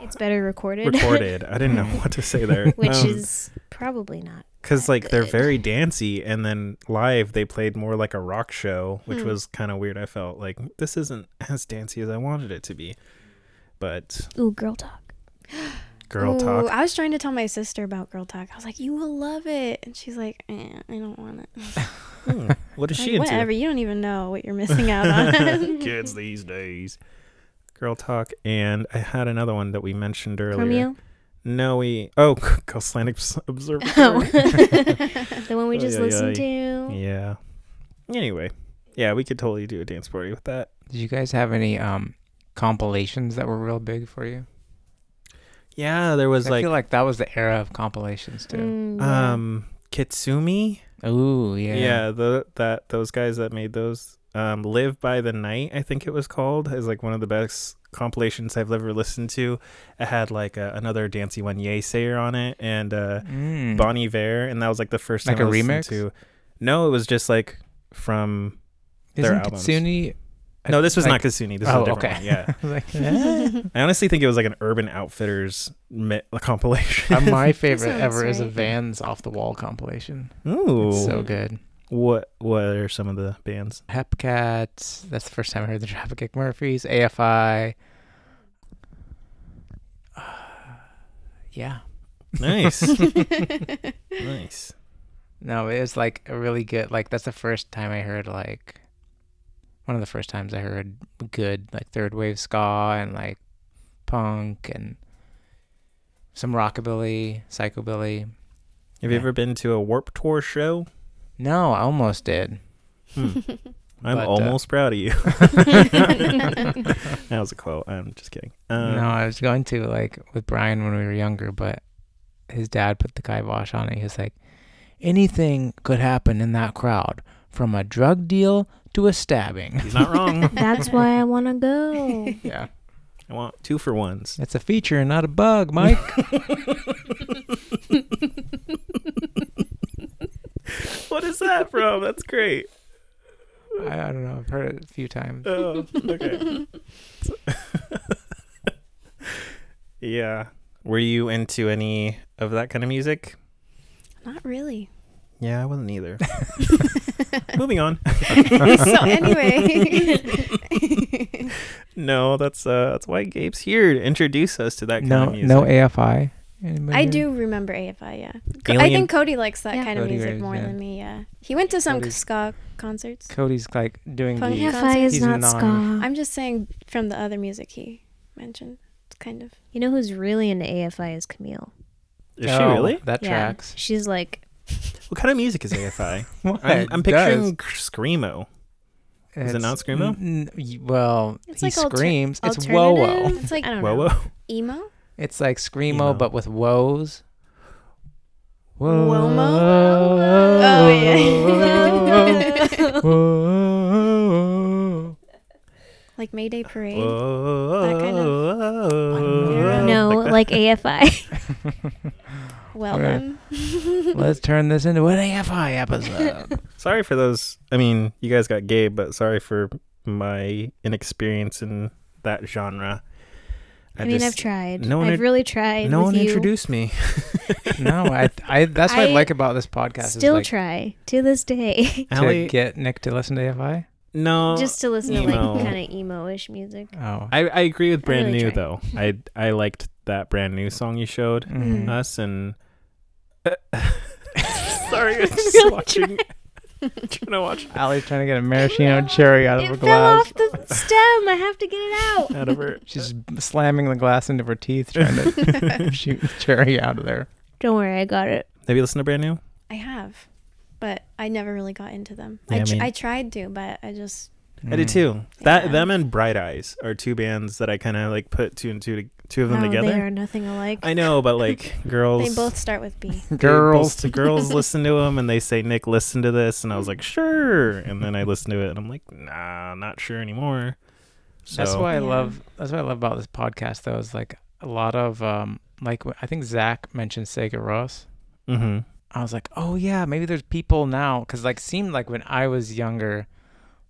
Speaker 5: it's better recorded.
Speaker 2: recorded. I didn't know what to say there.
Speaker 5: [LAUGHS]
Speaker 2: Um,
Speaker 5: which is probably not.
Speaker 2: because like they're very dancey, and then live they played more like a rock show, which
Speaker 6: Hmm.
Speaker 2: was kind of weird. I felt like this isn't as dancey as I wanted it to be. But
Speaker 5: Ooh, girl talk.
Speaker 2: girl
Speaker 6: Ooh,
Speaker 2: talk.
Speaker 6: I was trying to tell my sister about girl talk. I was like, you will love it. And she's like, eh, I don't want it.
Speaker 2: Hmm, what is she
Speaker 6: Like,
Speaker 2: into?
Speaker 6: Whatever. You don't even know what you're missing
Speaker 2: [LAUGHS]
Speaker 6: out on. [LAUGHS]
Speaker 2: Kids these days. Girl talk, and I had another one that we mentioned earlier.
Speaker 5: Romeo,
Speaker 2: No, we oh [LAUGHS] Coastland
Speaker 6: [LAUGHS]
Speaker 2: Observatory. [LAUGHS]
Speaker 6: Oh.
Speaker 5: the one we
Speaker 2: Ay,
Speaker 5: just
Speaker 2: ay,
Speaker 5: listened to.
Speaker 2: Oh, Yeah. Anyway, yeah, we could totally do a dance party with that.
Speaker 1: Did you guys have any um compilations that were real big for you?
Speaker 2: Yeah, there was
Speaker 1: I
Speaker 2: like,
Speaker 1: feel like that was the era of compilations too.
Speaker 5: Mm, yeah.
Speaker 2: um Kitsumi.
Speaker 6: Mm.
Speaker 1: Ooh, yeah.
Speaker 2: Yeah, the that those guys that made those um Live by the Night, I think it was called, is like one of the best compilations I've ever listened to. It had like a, another dancey one Yaysayer on it and uh
Speaker 1: Mm.
Speaker 2: Bonnie Vare, and that was like the first
Speaker 1: Like
Speaker 2: time
Speaker 1: a
Speaker 2: I listened
Speaker 1: remix?
Speaker 2: to. No, it was just like from their
Speaker 1: Isn't
Speaker 2: albums.
Speaker 1: Kitsune?
Speaker 2: no, this was
Speaker 1: like-
Speaker 2: not Kasuni. This
Speaker 1: Oh,
Speaker 2: was a
Speaker 1: okay.
Speaker 2: different
Speaker 1: [LAUGHS]
Speaker 2: one. Yeah,
Speaker 1: like,
Speaker 2: I honestly think it was like an Urban Outfitters mi- compilation.
Speaker 1: uh, my favorite
Speaker 6: sounds
Speaker 1: ever is a
Speaker 6: right.
Speaker 1: Vans off the wall compilation.
Speaker 2: [LAUGHS] Ooh,
Speaker 1: It's so good.
Speaker 2: what what are some of the bands?
Speaker 1: Hepcats. That's the first time I heard the Dropkick Murphys. AFI. Uh, [SIGHS] yeah. [LAUGHS]
Speaker 2: Nice, nice.
Speaker 1: No, it was like a really good. Like that's the first time I heard like one of the first times I heard good like third wave ska and like punk and some rockabilly, psychobilly.
Speaker 2: Have you ever been to a Warp Tour show?
Speaker 1: No, I almost did.
Speaker 2: I'm
Speaker 1: But, uh,
Speaker 2: almost proud of
Speaker 1: [LAUGHS]
Speaker 2: you. [LAUGHS] that was a quote. I'm just kidding. Um,
Speaker 1: no, I was going to like with Brian when we were younger, but his dad put the kibosh on it. He was like, anything could happen in that crowd, from a drug deal to a stabbing. [LAUGHS]
Speaker 2: He's not wrong.
Speaker 5: That's why I want
Speaker 2: [LAUGHS]
Speaker 5: to go.
Speaker 1: yeah,
Speaker 2: I want two for ones.
Speaker 1: it's a feature and not a bug,
Speaker 2: [LAUGHS]
Speaker 1: Mike.
Speaker 2: What is that from? That's
Speaker 1: [LAUGHS]
Speaker 2: great.
Speaker 1: I, I don't know. I've heard it a few times.
Speaker 2: Oh, okay. [LAUGHS] yeah. Were you into any of that kind of music?
Speaker 6: Not really.
Speaker 2: Yeah, I
Speaker 1: [LAUGHS]
Speaker 2: wasn't either. Moving on.
Speaker 6: [LAUGHS] so anyway,
Speaker 2: No, that's uh, that's why Gabe's here to introduce us to that kind
Speaker 1: No,
Speaker 2: of music.
Speaker 1: no AFI. Anybody
Speaker 6: I
Speaker 1: here?
Speaker 6: do remember AFI. Yeah, Co- I
Speaker 2: Alien-
Speaker 6: think Cody likes that
Speaker 5: Yeah.
Speaker 6: kind of
Speaker 1: Cody
Speaker 6: music
Speaker 1: is,
Speaker 6: more
Speaker 1: yeah.
Speaker 6: than me. Yeah, he went to some
Speaker 1: Cody's-
Speaker 6: ska concerts.
Speaker 1: Cody's like doing
Speaker 6: Fun
Speaker 1: the.
Speaker 6: fact.
Speaker 5: AFI is
Speaker 1: He's
Speaker 5: not
Speaker 1: non-
Speaker 5: ska.
Speaker 6: I'm just saying from the other music he mentioned. It's kind of
Speaker 5: you know who's really into AFI is Camille.
Speaker 2: Is she
Speaker 1: Oh,
Speaker 2: really?
Speaker 1: That tracks.
Speaker 5: She's like
Speaker 2: What kind of music is
Speaker 1: [LAUGHS]
Speaker 2: AFI?
Speaker 1: What?
Speaker 2: I'm, I'm
Speaker 1: It
Speaker 2: picturing screamo.
Speaker 1: does.
Speaker 2: Is it not
Speaker 1: It's-
Speaker 2: screamo?
Speaker 1: n- y- well,
Speaker 5: It's
Speaker 1: he
Speaker 5: like alter-
Speaker 1: screams. it's whoa
Speaker 5: alternative.
Speaker 1: whoa.
Speaker 5: It's like I don't
Speaker 2: Whoa,
Speaker 5: know.
Speaker 2: whoa.
Speaker 6: emo.
Speaker 1: It's like screamo,
Speaker 2: Emo.
Speaker 1: but with woes. Whoa.
Speaker 6: Wilma? Oh,
Speaker 1: [LAUGHS]
Speaker 6: yeah.
Speaker 5: [LAUGHS]
Speaker 1: whoa.
Speaker 6: [LAUGHS] like Mayday Parade.
Speaker 2: Whoa,
Speaker 6: That kind
Speaker 1: don't
Speaker 5: No, like
Speaker 2: [LAUGHS]
Speaker 5: AFI.
Speaker 6: Well
Speaker 1: Right.
Speaker 6: then,
Speaker 1: Let's turn this into an AFI
Speaker 5: [LAUGHS]
Speaker 1: episode.
Speaker 2: Sorry for those. I mean, you guys got Gabe, but sorry for my inexperience in that genre.
Speaker 5: I, mean, I've
Speaker 2: just-
Speaker 5: tried.
Speaker 2: no one
Speaker 5: I've
Speaker 2: int-
Speaker 5: really tried.
Speaker 2: No
Speaker 5: with
Speaker 2: one
Speaker 5: you.
Speaker 2: introduced me.
Speaker 1: [LAUGHS] no,
Speaker 2: [LAUGHS]
Speaker 1: I, I that's what I,
Speaker 5: I
Speaker 1: like about this podcast.
Speaker 5: Still
Speaker 1: is like
Speaker 5: try to
Speaker 2: [LAUGHS]
Speaker 5: this day,
Speaker 1: to
Speaker 2: Allie,
Speaker 1: get Nick to listen to AFI.
Speaker 2: no.
Speaker 5: just to listen
Speaker 2: Uh,
Speaker 5: to
Speaker 2: emo.
Speaker 5: like kind of
Speaker 2: [LAUGHS]
Speaker 5: emo-ish music.
Speaker 1: Oh,
Speaker 2: I, I agree with
Speaker 5: I
Speaker 2: brand
Speaker 5: really
Speaker 2: new
Speaker 5: tried.
Speaker 2: though. I I liked that brand new song you showed
Speaker 5: Mm.
Speaker 1: Mhm.
Speaker 2: us
Speaker 5: [LAUGHS]
Speaker 2: and. Sorry, I'm just watching. [LAUGHS] trying to
Speaker 5: [LAUGHS]
Speaker 2: watch
Speaker 1: Allie's trying to get a maraschino cherry out of
Speaker 5: It
Speaker 1: a
Speaker 5: fell
Speaker 1: glass.
Speaker 5: off the stem. I have to get it out.
Speaker 2: out of her.
Speaker 1: [LAUGHS] She's slamming the glass into her teeth, trying
Speaker 5: [LAUGHS]
Speaker 1: to [LAUGHS] shoot the cherry out of there.
Speaker 5: Don't worry, I got it.
Speaker 2: [LAUGHS] Have you listened to brand new?
Speaker 6: I have, but I never really got into them.
Speaker 2: Yeah,
Speaker 6: I,
Speaker 2: I
Speaker 6: tr-
Speaker 2: mean-
Speaker 6: I tried to, but I just
Speaker 1: Mm.
Speaker 2: I did too. That
Speaker 6: Yeah.
Speaker 2: them and Bright Eyes are two bands that I kind of like put two and two to, two of them
Speaker 5: no, Oh, they
Speaker 2: together.
Speaker 5: are nothing alike.
Speaker 2: I know, but like girls,
Speaker 6: Oh, [LAUGHS] they both start with B.
Speaker 2: they both-
Speaker 6: [LAUGHS]
Speaker 1: Girls.
Speaker 2: the girls listen to them and they say, "Nick, listen to this," and I was like, "Sure," and then I listened to it and I'm like, "Nah, not sure anymore." So,
Speaker 1: That's why I
Speaker 6: Yeah.
Speaker 1: love. That's what I love about this podcast, though. Is like a lot of um, like wh- I think Zach mentioned Sega Ross.
Speaker 2: hmm
Speaker 1: I was like, oh yeah, maybe there's people now because like seemed like when I was younger,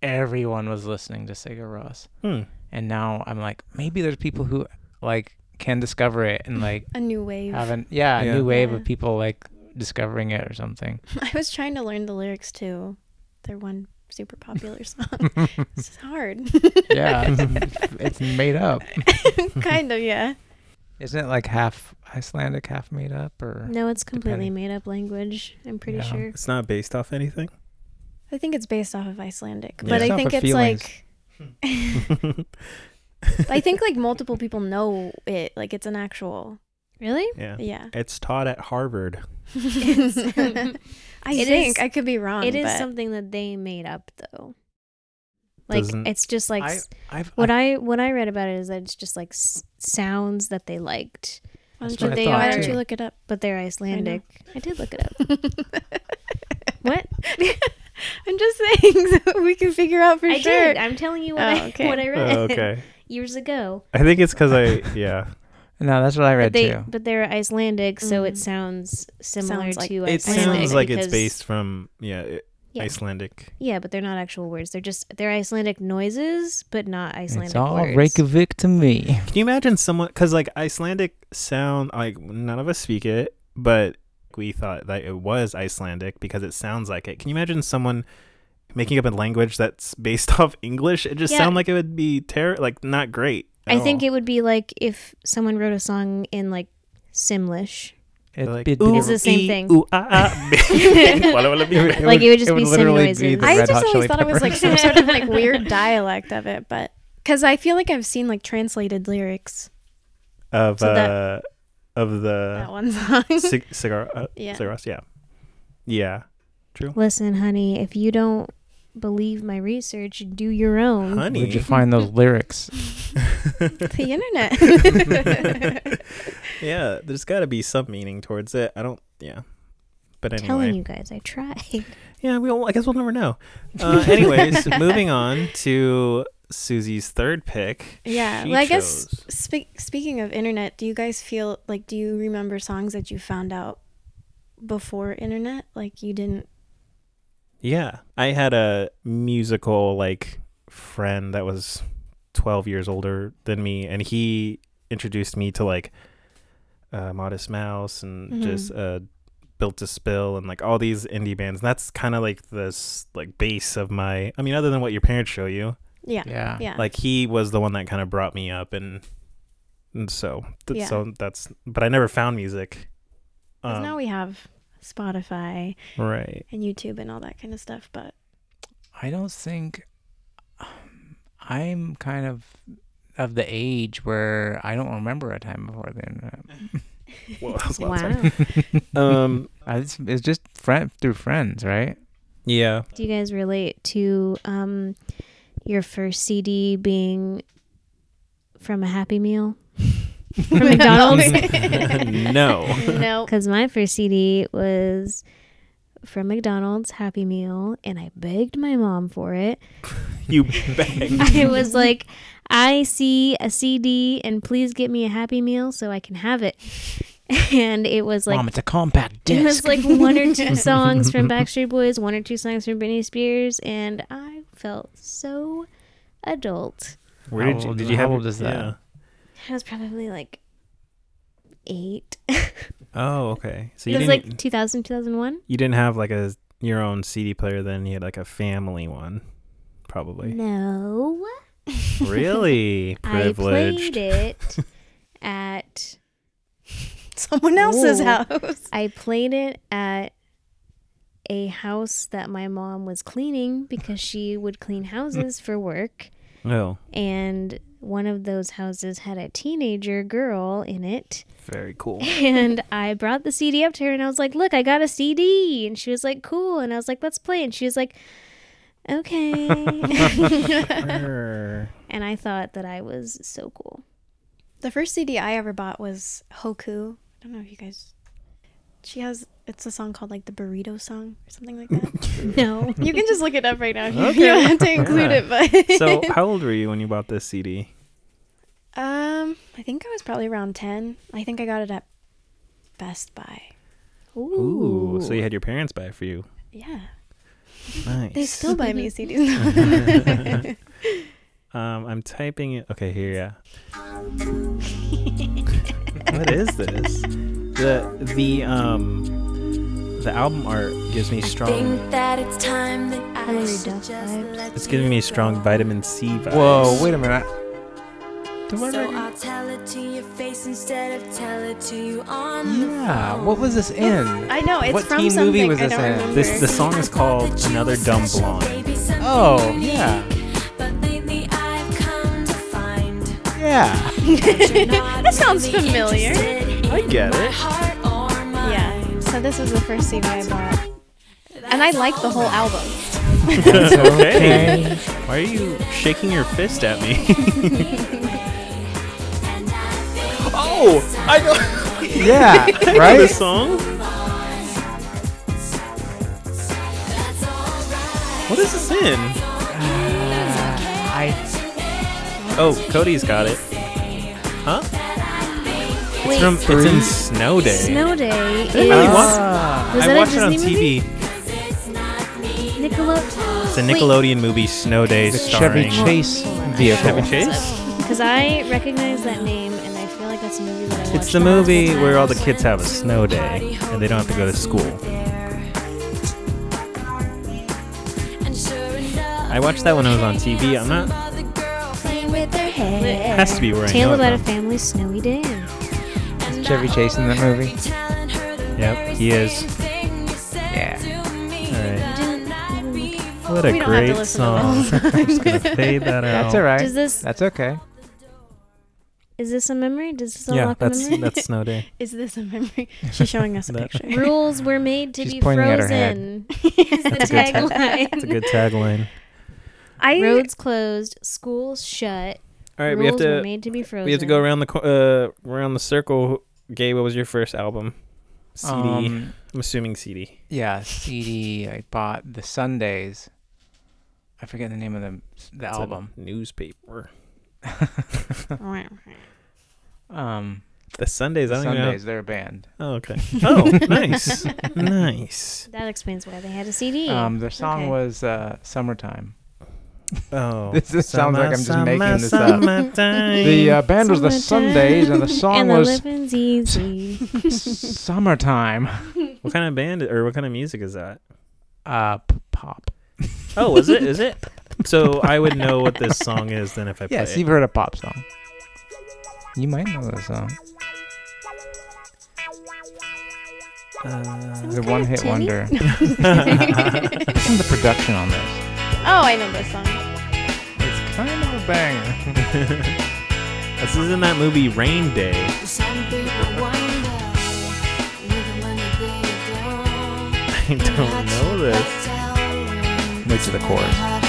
Speaker 1: everyone was listening to Sega Ross,
Speaker 2: Hmm.
Speaker 1: and now I'm like, maybe there's people who like can discover it and
Speaker 5: [LAUGHS]
Speaker 1: like
Speaker 6: A new wave.
Speaker 1: haven't. Yeah, a
Speaker 2: Yeah.
Speaker 1: new wave of
Speaker 6: Yeah.
Speaker 1: people like discovering it or something.
Speaker 6: [LAUGHS] I was trying to learn the lyrics to their one
Speaker 1: [LAUGHS]
Speaker 6: super popular song. it's hard.
Speaker 1: Yeah,
Speaker 6: [LAUGHS]
Speaker 1: it's made up.
Speaker 6: kind of, yeah.
Speaker 1: Isn't it like half Icelandic, half made up, or
Speaker 5: No, it's completely
Speaker 1: Depending.
Speaker 5: made up language. I'm pretty
Speaker 1: Yeah.
Speaker 5: sure.
Speaker 2: It's not based off anything.
Speaker 6: I think it's based off of Icelandic,
Speaker 2: Yeah.
Speaker 6: but
Speaker 1: Based
Speaker 6: I
Speaker 1: off
Speaker 6: think
Speaker 1: of
Speaker 6: it's
Speaker 1: feelings.
Speaker 6: like [LAUGHS] [LAUGHS] I think like multiple people know it. Like it's an actual,
Speaker 5: Really?
Speaker 2: yeah,
Speaker 6: yeah.
Speaker 2: it's taught at Harvard.
Speaker 5: It's-
Speaker 6: [LAUGHS] I
Speaker 5: It
Speaker 6: think
Speaker 5: is-
Speaker 6: I could be wrong.
Speaker 5: it is
Speaker 6: but
Speaker 5: something that they made up though. Like
Speaker 2: Doesn't-
Speaker 5: it's just like
Speaker 1: I,
Speaker 5: s-
Speaker 1: I've,
Speaker 5: what I what I read about it is that it's just like s- sounds that they liked,
Speaker 6: Why
Speaker 1: That's
Speaker 6: don't, you,
Speaker 1: what
Speaker 5: I
Speaker 6: why
Speaker 5: thought,
Speaker 6: don't
Speaker 5: too.
Speaker 6: you look it up?
Speaker 5: but they're Icelandic. I, did look it up.
Speaker 6: [LAUGHS] what? [LAUGHS] I'm just saying [LAUGHS] so we can figure out for
Speaker 5: I
Speaker 6: sure.
Speaker 5: did. I'm telling you what
Speaker 6: Oh,
Speaker 5: I
Speaker 6: okay.
Speaker 5: what I read
Speaker 2: okay,
Speaker 5: [LAUGHS] years ago.
Speaker 2: I think it's because
Speaker 6: [LAUGHS]
Speaker 2: I yeah.
Speaker 1: no, that's what I read
Speaker 5: But they
Speaker 1: too.
Speaker 5: but they're Icelandic, so it
Speaker 6: Mm.
Speaker 5: sounds similar
Speaker 6: Sounds like-
Speaker 5: to
Speaker 2: It
Speaker 5: Icelandic.
Speaker 2: sounds like it's
Speaker 5: because-
Speaker 2: based from yeah, it-
Speaker 5: Yeah.
Speaker 2: Icelandic.
Speaker 5: Yeah, but they're not actual words. They're just they're Icelandic noises, but not Icelandic
Speaker 1: It's all
Speaker 5: words.
Speaker 1: Reykjavik to me.
Speaker 2: Can you imagine someone? Because like Icelandic sound, like none of us speak it, but we thought that it was Icelandic because it sounds like it. Can you imagine someone making up a language that's based [LAUGHS] off English? It just
Speaker 5: Yeah.
Speaker 2: sound like it would be terror, like not great.
Speaker 5: I think
Speaker 2: Oh.
Speaker 5: it would be like if someone wrote a song in like Simlish.
Speaker 1: It,
Speaker 2: Like,
Speaker 1: it'd
Speaker 2: ooh,
Speaker 5: It's the same thing.
Speaker 2: Ooh, ah,
Speaker 5: [LAUGHS]
Speaker 2: ah. Walla, walla, bee,
Speaker 1: [LAUGHS]
Speaker 2: bee.
Speaker 5: Like, it would just be semi
Speaker 1: literally
Speaker 5: noises.
Speaker 1: the
Speaker 5: I
Speaker 6: I
Speaker 1: Red
Speaker 6: just
Speaker 1: Hot
Speaker 6: always
Speaker 1: Chili
Speaker 6: thought it was like
Speaker 1: Peppers.
Speaker 6: some sort of like [LAUGHS] weird dialect of it, but because I feel like I've seen like translated lyrics.
Speaker 2: of
Speaker 6: So that-
Speaker 2: uh, of the
Speaker 6: that one song.
Speaker 2: cig- cigar uh,
Speaker 6: Yeah.
Speaker 2: cigars. Yeah, yeah.
Speaker 5: Listen, honey, if you don't believe my research, do your own.
Speaker 2: Honey,
Speaker 1: Where'd you find those
Speaker 5: [LAUGHS]
Speaker 1: lyrics?
Speaker 6: [LAUGHS] the internet.
Speaker 2: [LAUGHS] yeah. There's got to be some meaning towards it. I don't. Yeah. But anyway,
Speaker 5: Telling you guys, I
Speaker 2: [LAUGHS]
Speaker 5: tried.
Speaker 2: yeah. We. All, I guess we'll never
Speaker 6: [LAUGHS]
Speaker 2: know. Uh, anyways, moving on to Susie's third pick.
Speaker 6: yeah.
Speaker 2: She
Speaker 6: Well, I guess
Speaker 2: chose-
Speaker 6: [LAUGHS] spe- speaking of internet, do you guys feel like do you remember songs that you found out before internet? Like you didn't.
Speaker 2: Yeah, I had a musical like friend that was 12 years older than me, and he introduced me to like uh, Modest Mouse and
Speaker 6: Mhm.
Speaker 2: just uh, Built to Spill and like all these indie bands. And that's kind of like this like base of my. I mean, other than what your parents show you,
Speaker 6: Yeah.
Speaker 1: Yeah.
Speaker 6: Yeah.
Speaker 2: like he was the one that kind of brought me up, and and so th-
Speaker 6: Yeah.
Speaker 2: so that's. But I never found music.
Speaker 6: 'Cause
Speaker 2: Um,
Speaker 6: now we have Spotify
Speaker 2: right.
Speaker 6: and YouTube and all that kind of stuff, but
Speaker 1: I don't think um, I'm kind of of the age where I don't remember a time before the internet.
Speaker 2: Well, that's what I'm saying.
Speaker 5: wow.
Speaker 2: um.
Speaker 1: I, it's, it's just friend through friends, right?
Speaker 2: Yeah.
Speaker 5: Do you guys relate to um, your first CD being from a
Speaker 2: [LAUGHS]
Speaker 5: Happy Meal from McDonald's? [LAUGHS]
Speaker 2: no.
Speaker 1: [LAUGHS]
Speaker 6: no.
Speaker 5: Because my first CD was from McDonald's Happy Meal, and I begged my mom for it. [LAUGHS]
Speaker 2: You [LAUGHS] begged.
Speaker 5: I was like, I see a CD, and please get me a Happy Meal so I can have it. [LAUGHS] And it was like
Speaker 1: Mom, it's a compact
Speaker 5: [LAUGHS] It was
Speaker 1: disc.
Speaker 5: like one
Speaker 2: [LAUGHS]
Speaker 5: or two songs from Backstreet Boys, one or two songs from Britney Spears, and I felt so adult.
Speaker 1: Where did you- did you have it? Yeah.
Speaker 5: I was probably like eight. [LAUGHS]
Speaker 2: Oh, okay. So
Speaker 5: it
Speaker 2: you
Speaker 5: was
Speaker 2: didn't
Speaker 5: like 2000, 2001?
Speaker 2: you didn't have like a your own CD player then. You had like a family one,
Speaker 5: [LAUGHS]
Speaker 2: probably.
Speaker 5: No.
Speaker 2: really
Speaker 5: I played
Speaker 2: privileged. [LAUGHS]
Speaker 5: it at
Speaker 6: Someone else's
Speaker 5: Ooh.
Speaker 6: house.
Speaker 5: I played it at a house that my mom was cleaning because she would clean houses for work.
Speaker 2: Oh,
Speaker 5: And one of those houses had a teenager girl in it.
Speaker 2: very cool.
Speaker 5: And I brought the CD up to her and I was like, Look, I got a CD. And she was like, Cool. And I was like, Let's play. And she was like, Okay.
Speaker 2: That's
Speaker 5: and I thought that I was so cool.
Speaker 6: The first CD I ever bought was Hoku. I don't know if you guys. She has. It's a song called like the Burrito Song or something
Speaker 2: [LAUGHS]
Speaker 6: like that.
Speaker 5: No.
Speaker 6: you can just look it up right now. if You,
Speaker 2: Okay.
Speaker 6: [LAUGHS] you don't have to include
Speaker 2: Yeah.
Speaker 6: it, but
Speaker 5: [LAUGHS]
Speaker 2: so, how old were you when you bought this CD?
Speaker 6: [LAUGHS] um, I think I was probably around ten. I think I got it at Best Buy.
Speaker 5: Ooh.
Speaker 2: so you had your parents buy it for you.
Speaker 6: Yeah,
Speaker 2: Nice.
Speaker 6: they still
Speaker 2: [LAUGHS]
Speaker 6: buy me CDs.
Speaker 2: Um, I'm typing it. Okay, here, yeah. what is this? The the um the album art gives me strong.
Speaker 4: Think that it's time that I
Speaker 5: Hillary
Speaker 4: should
Speaker 5: Duff
Speaker 4: just
Speaker 5: vibes.
Speaker 4: let
Speaker 2: It's giving me strong vitamin C vibes.
Speaker 1: Whoa, wait a minute. Do I
Speaker 4: So
Speaker 1: recognize-
Speaker 4: I'll tell it to your face instead of tell it to you on
Speaker 1: Yeah, what was this in?
Speaker 6: I know it's
Speaker 1: what
Speaker 6: from
Speaker 1: teen
Speaker 6: something.
Speaker 1: movie was
Speaker 6: I
Speaker 1: this
Speaker 6: don't
Speaker 1: in?
Speaker 6: remember.
Speaker 2: This the song is called Another Dumb Blonde.
Speaker 1: Oh, yeah.
Speaker 4: But lately I've come to find
Speaker 1: Yeah.
Speaker 4: that
Speaker 6: sounds familiar.
Speaker 4: I
Speaker 2: get it.
Speaker 6: yeah. So this was the first CD I bought, and I liked the whole album.
Speaker 2: okay. Why are you shaking your fist at me? oh, I know [LAUGHS]
Speaker 1: Yeah,
Speaker 2: the
Speaker 1: right?
Speaker 2: song. What is this in?
Speaker 1: Uh, I,
Speaker 2: Oh, Cody's got it. Huh?
Speaker 5: Wait,
Speaker 2: It's from it's in Snow Day.
Speaker 5: Snow Day is.
Speaker 2: really
Speaker 5: was
Speaker 2: want-
Speaker 1: ah,
Speaker 2: I
Speaker 5: that
Speaker 2: watched
Speaker 5: a
Speaker 2: it on
Speaker 5: Disney movie?
Speaker 2: TV.
Speaker 5: Nickelodeon.
Speaker 2: It's a Nickelodeon movie, Snow Day,
Speaker 1: the
Speaker 2: starring
Speaker 1: Chevy Chase vehicle.
Speaker 2: Chevy Chase.
Speaker 5: Because I recognize that name and I feel like that's a movie that I watched.
Speaker 2: It's the movie where all the kids have a snow day and they don't have to go to school. I watched that when I was on TV. I'm not.
Speaker 5: Hey.
Speaker 2: Has to be where I
Speaker 5: Tale
Speaker 2: know
Speaker 5: about a
Speaker 2: it
Speaker 5: family snowy day.
Speaker 1: Is Chevy Chase in that movie?
Speaker 2: from. Yep, he is.
Speaker 1: Yeah.
Speaker 2: All right. What a
Speaker 6: We don't have to
Speaker 2: great
Speaker 6: listen
Speaker 2: [LAUGHS]
Speaker 5: [LAUGHS]
Speaker 6: to
Speaker 1: Oh.
Speaker 2: song. I'm just gonna fade that out.
Speaker 1: That's all right.
Speaker 5: Does this
Speaker 1: That's okay.
Speaker 5: Is this a memory? Does this
Speaker 2: yeah,
Speaker 5: unlock a
Speaker 2: that's
Speaker 5: memory?
Speaker 2: that's Snow Day.
Speaker 6: Is this a memory? She's showing us a
Speaker 2: That- [LAUGHS]
Speaker 6: picture. [LAUGHS]
Speaker 5: Rules were made to
Speaker 1: She's
Speaker 5: be
Speaker 1: pointing at her head.
Speaker 5: frozen. Is the
Speaker 2: That's a good It's a
Speaker 5: tagline. [LAUGHS]
Speaker 2: good tagline.
Speaker 6: I
Speaker 5: Roads closed, schools shut.
Speaker 2: All right,
Speaker 5: rules
Speaker 2: we have
Speaker 5: were
Speaker 2: to
Speaker 5: made to be frozen.
Speaker 2: we have to go around the co- uh around the circle. Gay, what was your first album? CD.
Speaker 1: Um,
Speaker 2: I'm assuming CD.
Speaker 1: yeah, CD. I bought the Sundays. I forget the name of the the
Speaker 2: It's a
Speaker 1: album.
Speaker 2: newspaper.
Speaker 1: Um,
Speaker 2: The Sundays. I
Speaker 1: the
Speaker 2: don't
Speaker 1: Sundays. They're a band.
Speaker 2: even know. Oh, okay. Oh, nice, nice.
Speaker 5: That explains why they had a CD.
Speaker 1: Um, their song
Speaker 5: Okay.
Speaker 1: was uh, "Summertime."
Speaker 2: Oh,
Speaker 1: [LAUGHS] This just sounds like I'm just making this up. [LAUGHS]
Speaker 2: summertime.
Speaker 1: The uh, band was the Sundays, and the song
Speaker 5: [LAUGHS] and
Speaker 1: was
Speaker 5: the
Speaker 2: [LAUGHS]
Speaker 5: living's easy. [LAUGHS]
Speaker 1: "Summertime."
Speaker 2: what kind of band or what kind of music is that?
Speaker 1: Uh, p- pop.
Speaker 2: Oh, is it? Is it? So I would know what this song is then if I play
Speaker 1: Yes,
Speaker 2: it.
Speaker 1: you've heard a pop song. You might know that song.
Speaker 2: Uh,
Speaker 1: The one hit
Speaker 5: Timmy?
Speaker 1: wonder. Listen to the production on this.
Speaker 6: Oh, I know this song.
Speaker 1: It's kind of a banger.
Speaker 2: this is in that movie Rain Day. [LAUGHS] I don't know this.
Speaker 1: [LAUGHS] Wait to the chorus.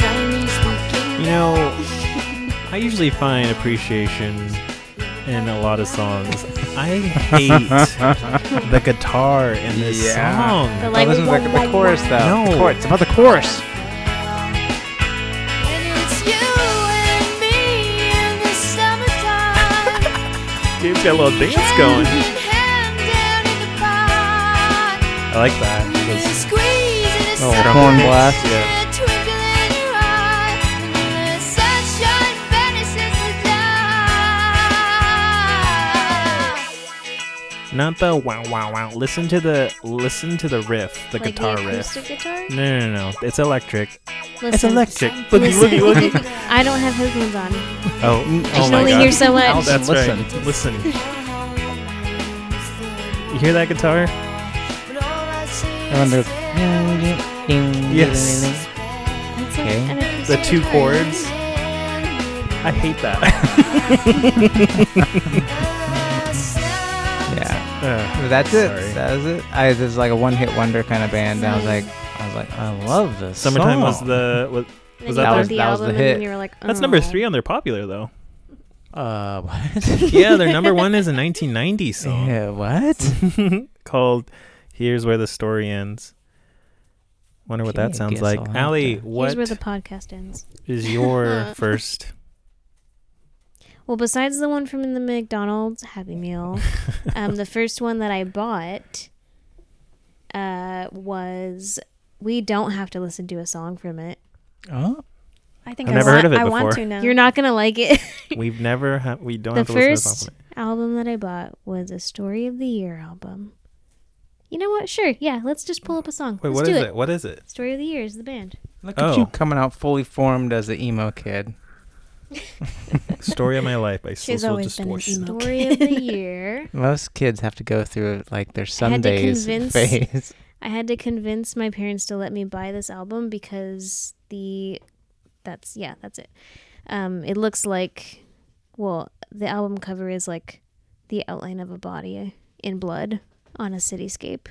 Speaker 2: You know, I usually find appreciation in a lot of songs. I hate the guitar in this
Speaker 1: Yeah.
Speaker 5: The
Speaker 2: song.
Speaker 5: like,
Speaker 1: Listen to the, the chorus though.
Speaker 2: No.
Speaker 1: The chorus. It's about the chorus.
Speaker 2: Dude, got a little dance going. I like that. It's-
Speaker 1: Oh,
Speaker 2: Drum
Speaker 1: corn
Speaker 2: beats.
Speaker 1: blast.
Speaker 2: Yeah. Not the wow wow wow. Listen to the listen to the riff, the
Speaker 5: like
Speaker 2: guitar
Speaker 5: the
Speaker 2: riff.
Speaker 5: acoustic guitar.
Speaker 2: No, no, no, no. It's electric.
Speaker 5: Listen,
Speaker 2: It's electric. Boogie,
Speaker 5: Listen.
Speaker 2: woogie, woogie.
Speaker 5: I don't have headphones on.
Speaker 2: Oh, oh
Speaker 5: I can
Speaker 2: my
Speaker 5: only
Speaker 2: God.
Speaker 5: hear so much.
Speaker 2: That's right. Listen. You hear that guitar?
Speaker 1: Everyone goes. [LAUGHS]
Speaker 2: Yes.
Speaker 5: That's
Speaker 1: Okay.
Speaker 5: like an acoustic
Speaker 2: The two
Speaker 5: guitar.
Speaker 2: chords. I hate
Speaker 1: [LAUGHS]
Speaker 2: that.
Speaker 1: [LAUGHS]
Speaker 4: [LAUGHS]
Speaker 1: Yeah.
Speaker 2: Uh,
Speaker 1: But That's it.
Speaker 2: Sorry.
Speaker 1: That was it. I this is like a one hit wonder kind of band. And I was like, I was like, I love this.
Speaker 2: Summertime was
Speaker 1: song.
Speaker 2: the was,
Speaker 5: And
Speaker 2: was
Speaker 5: then
Speaker 2: that their-
Speaker 5: you bought the
Speaker 1: that was the
Speaker 5: album and then
Speaker 1: hit.
Speaker 5: you were like,
Speaker 2: that's number
Speaker 5: "Oh." [LAUGHS]
Speaker 2: three on their popular though.
Speaker 1: Uh, [LAUGHS] what?
Speaker 2: [LAUGHS] Yeah, their number one is a 1990 song
Speaker 1: yeah, what?
Speaker 2: called "Here's Where the Story Ends." Wonder what
Speaker 1: Okay,
Speaker 2: that
Speaker 1: I
Speaker 2: sounds
Speaker 1: guess
Speaker 2: like.
Speaker 1: I'll have
Speaker 2: Allie,
Speaker 1: to-
Speaker 5: Here's
Speaker 2: what
Speaker 5: where
Speaker 2: is
Speaker 5: the podcast ends.
Speaker 2: your
Speaker 5: [LAUGHS]
Speaker 2: first?
Speaker 5: Well, besides the one from the McDonald's Happy
Speaker 2: [LAUGHS]
Speaker 5: Meal, um, the first one that I bought uh, was "We Don't Have to Listen to a Song from It."
Speaker 1: Oh,
Speaker 6: I think
Speaker 2: I've
Speaker 6: I
Speaker 2: never
Speaker 6: wa-
Speaker 2: heard of it
Speaker 6: I want
Speaker 2: before.
Speaker 6: to now.
Speaker 5: You're not gonna like it.
Speaker 2: We've never ha- we [LAUGHS] don't
Speaker 5: the
Speaker 2: have to listen to this
Speaker 5: first album that I bought was a Story of the Year album. You know what? Sure, yeah. Let's just pull up a song.
Speaker 2: Wait,
Speaker 5: let's
Speaker 2: what
Speaker 5: do
Speaker 2: is
Speaker 5: it.
Speaker 2: it? What is it?
Speaker 5: Story of the Year is the band.
Speaker 1: look at you
Speaker 2: Oh.
Speaker 1: coming out fully formed as the emo kid.
Speaker 2: Story of My Life by
Speaker 6: She's
Speaker 2: Social
Speaker 6: always been an
Speaker 2: Distortion.
Speaker 6: emo.
Speaker 5: Story of
Speaker 2: [LAUGHS]
Speaker 5: the Year.
Speaker 1: Most kids have to go through like their
Speaker 5: I had to
Speaker 1: Sundays
Speaker 5: convince-
Speaker 1: phase. [LAUGHS]
Speaker 5: I had to convince my parents to let me buy this album because the that's yeah, that's it. Um it looks like well, the album cover is like the outline of a body in blood on a cityscape.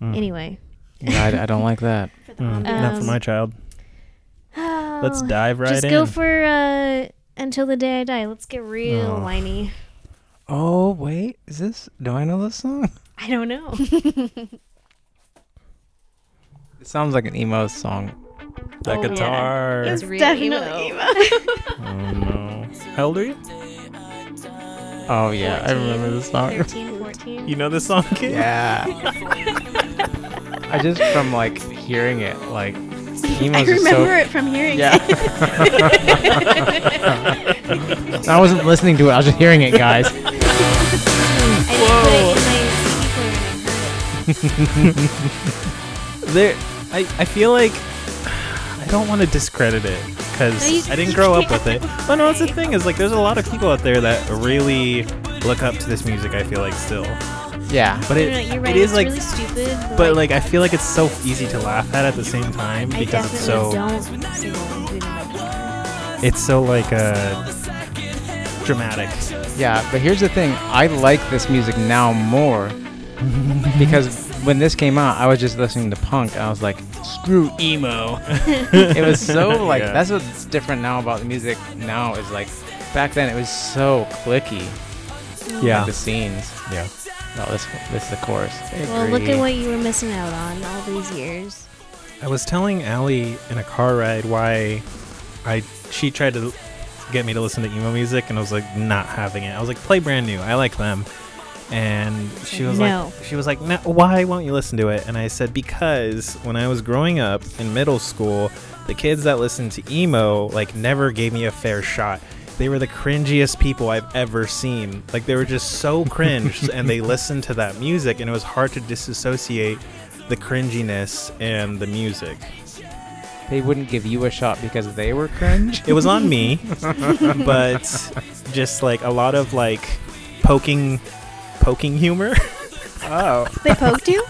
Speaker 2: Hmm.
Speaker 5: Anyway,
Speaker 1: Yeah, I, I don't like that.
Speaker 2: Mm, not for
Speaker 5: Um,
Speaker 2: my child. Let's
Speaker 5: [SIGHS] Oh,
Speaker 2: dive right
Speaker 5: just
Speaker 2: in.
Speaker 5: go for uh until the day I die. Let's get real
Speaker 2: Oh.
Speaker 5: whiny.
Speaker 1: Oh wait, is this? Do I know this song?
Speaker 5: I don't
Speaker 2: [LAUGHS]
Speaker 5: know.
Speaker 1: It sounds like an emo song.
Speaker 2: that
Speaker 5: Oh, yeah.
Speaker 2: guitar.
Speaker 5: it's really
Speaker 6: [LAUGHS]
Speaker 2: Oh no. How old are you?
Speaker 1: Oh yeah, I remember this song.
Speaker 5: 13, 14.
Speaker 2: You know this song, kid?
Speaker 1: Yeah. [LAUGHS] I just from like hearing it,
Speaker 5: [LAUGHS]
Speaker 1: like emos
Speaker 6: I
Speaker 1: are
Speaker 6: remember
Speaker 1: so.
Speaker 6: it from hearing it.
Speaker 1: Yeah. I wasn't listening to it. I was just hearing it, guys.
Speaker 5: [LAUGHS] I didn't put it in my speaker when I heard it.
Speaker 2: There I, I feel like I don't want to discredit it
Speaker 5: No,
Speaker 2: because
Speaker 5: you-
Speaker 2: I didn't
Speaker 5: you
Speaker 2: grow up
Speaker 5: can't.
Speaker 2: with it. But no, that's the thing is like there's a lot of people out there that really look up to this music. I feel like still,
Speaker 1: Yeah.
Speaker 2: but it,
Speaker 5: No, no, you're
Speaker 2: it
Speaker 5: right.
Speaker 2: is
Speaker 5: it's
Speaker 2: like,
Speaker 5: really stupid.
Speaker 2: but like I feel like it's so easy to laugh at at the same time
Speaker 5: I
Speaker 2: because
Speaker 5: definitely
Speaker 2: it's so
Speaker 5: don't see what we do tonight.
Speaker 2: it's so like uh dramatic.
Speaker 1: Yeah, but here's the thing. I like this music now more because when this came out, I was just listening to punk. And I was like, screw
Speaker 5: [LAUGHS]
Speaker 1: emo. it was
Speaker 2: [LAUGHS]
Speaker 1: so like
Speaker 2: Yeah.
Speaker 1: that's what's different now about the music now is like back then it was so clicky.
Speaker 2: Yeah,
Speaker 1: Like the scenes.
Speaker 2: yeah.
Speaker 1: No, this this is the chorus.
Speaker 5: Well, look at what you were missing out on all these years.
Speaker 2: I was telling Allie in a car ride why I she tried to get me to listen to emo music and I was like not having it. I was like play brand new. I like them. And she was
Speaker 5: No.
Speaker 2: like she was like no, why won't you listen to it? And I said because when I was growing up in middle school, the kids that listened to emo like never gave me a fair shot. They were the cringiest people I've ever seen. Like they were just so [LAUGHS] cringe and they listened to that music and it was hard to disassociate the cringiness and the music.
Speaker 1: They wouldn't give you a shot because they were
Speaker 2: [LAUGHS]
Speaker 1: cringe.
Speaker 2: It was on me, but just like a lot of like poking, poking humor. [LAUGHS]
Speaker 1: [LAUGHS] oh,
Speaker 6: They poked you?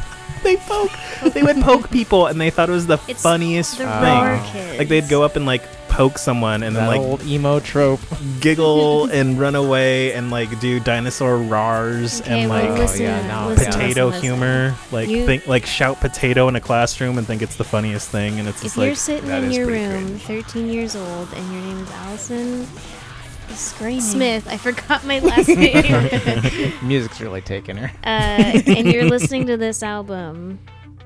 Speaker 2: they poke, they would poke people, and they thought it was the
Speaker 5: It's
Speaker 2: funniest
Speaker 5: The
Speaker 2: thing.
Speaker 5: rawer kids.
Speaker 2: Um, Like they'd go up and like poke someone, and
Speaker 1: that
Speaker 2: then like
Speaker 1: old emo trope. [LAUGHS]
Speaker 5: [LAUGHS]
Speaker 2: giggle and run away, and like do dinosaur rars
Speaker 5: Okay,
Speaker 2: and
Speaker 5: well,
Speaker 2: like uh,
Speaker 5: listen,
Speaker 1: Oh, yeah, no,
Speaker 5: listen,
Speaker 2: potato
Speaker 5: listen, listen.
Speaker 2: humor. Like
Speaker 5: You-
Speaker 2: think like shout potato in a classroom and think it's the funniest thing, and it's
Speaker 5: If
Speaker 2: just
Speaker 5: you're
Speaker 2: like
Speaker 5: sitting
Speaker 2: that
Speaker 5: in
Speaker 2: is
Speaker 5: your
Speaker 2: pretty
Speaker 5: room,
Speaker 2: cringe.
Speaker 5: 13 years old, and your name is
Speaker 6: [LAUGHS]
Speaker 5: Allison
Speaker 6: [LAUGHS] Screaming.
Speaker 5: Smith, I forgot my
Speaker 6: [LAUGHS]
Speaker 5: last name,
Speaker 1: Music's really taking her.
Speaker 5: uh, and you're listening to this album,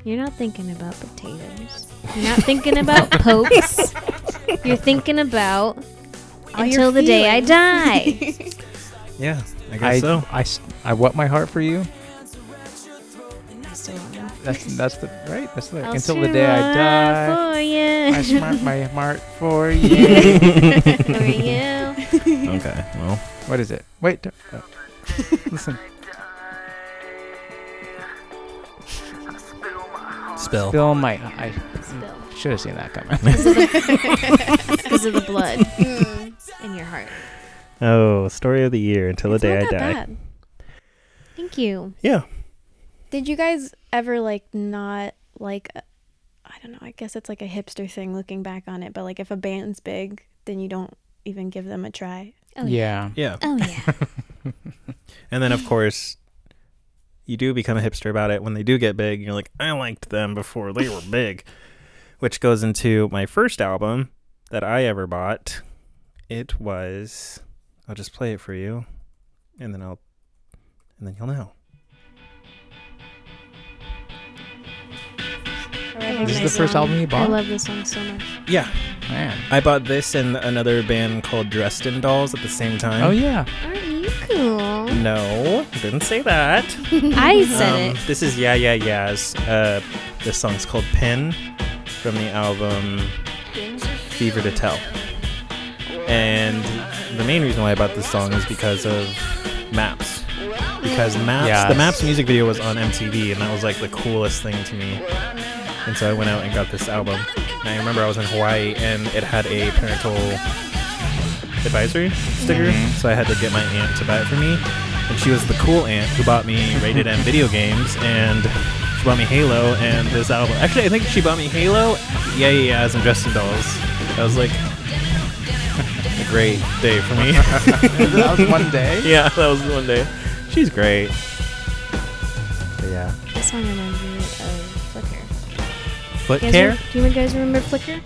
Speaker 5: you're not thinking about potatoes. You're not thinking
Speaker 6: [LAUGHS]
Speaker 5: about pokes. You're thinking about
Speaker 6: All your
Speaker 5: until the day I
Speaker 6: feelings. [LAUGHS]
Speaker 5: die.
Speaker 2: Yeah, I guess
Speaker 1: I,
Speaker 2: so.
Speaker 1: I s- I what my heart for you.
Speaker 5: I still don't know.
Speaker 1: That's that's the right. That's the
Speaker 5: I'll
Speaker 1: until the day I die. I
Speaker 5: die.
Speaker 1: smart my heart for you.
Speaker 5: [LAUGHS] For you. for you.
Speaker 2: okay, well.
Speaker 1: what is it? Wait. d- uh, listen.
Speaker 2: Spill.
Speaker 1: Bill might. I
Speaker 5: Spill.
Speaker 1: should have seen that coming.
Speaker 5: Because of the
Speaker 1: [LAUGHS]
Speaker 5: blood
Speaker 1: Hmm.
Speaker 5: in your heart.
Speaker 2: Oh, story of the year until the
Speaker 6: It's
Speaker 2: day
Speaker 6: not
Speaker 2: I
Speaker 6: that
Speaker 2: die.
Speaker 6: bad.
Speaker 5: Thank you.
Speaker 2: Yeah.
Speaker 6: Did you guys ever like not like uh, I don't know, I guess it's like a hipster thing looking back on it, but like if a band's big, then you don't even give them
Speaker 2: [LAUGHS]
Speaker 6: a try.
Speaker 1: [LAUGHS]
Speaker 5: Oh,
Speaker 1: yeah.
Speaker 2: Yeah.
Speaker 5: Oh, yeah.
Speaker 2: [LAUGHS] And then of course you do become a hipster about it when they do get big. You're like, I liked them before they were big. Which goes into my first album that I ever bought. It was I'll just play it for you and then I'll and then you'll know.
Speaker 1: This is the first album you
Speaker 5: I
Speaker 1: bought.
Speaker 5: love this song so much.
Speaker 2: Yeah.
Speaker 1: Man.
Speaker 2: I bought this and another band called Dressed in Dolls at the same time.
Speaker 1: Oh yeah.
Speaker 5: Aren't you cool?
Speaker 2: No, didn't say that.
Speaker 5: I said
Speaker 2: Um,
Speaker 5: it.
Speaker 2: This is Yeah Yeah Yeah's. Uh, this song's called Pin from the album Fever to Tell. And the main reason why I bought this song is because of Maps. Because Maps,
Speaker 1: Yes.
Speaker 2: the Maps music video was on MTV, and that was like the coolest thing to me. And so I went out and got this album. And I remember I was in Hawaii, and it had a parental advisory sticker, so I had to get my aunt to buy it for me. And she was the cool aunt who bought me rated M video games, and she bought me Halo and this album. Actually, I think she bought me Halo, yeah, yeah, yeah, as in Dressed in Dolls. That was like a great day for [LAUGHS] me.
Speaker 1: that was one day.
Speaker 2: yeah, that was one day. She's great. But yeah.
Speaker 5: This song reminds me of Flicker.
Speaker 2: Foot
Speaker 5: You guys
Speaker 2: care?
Speaker 5: rem- do you guys remember Flicker?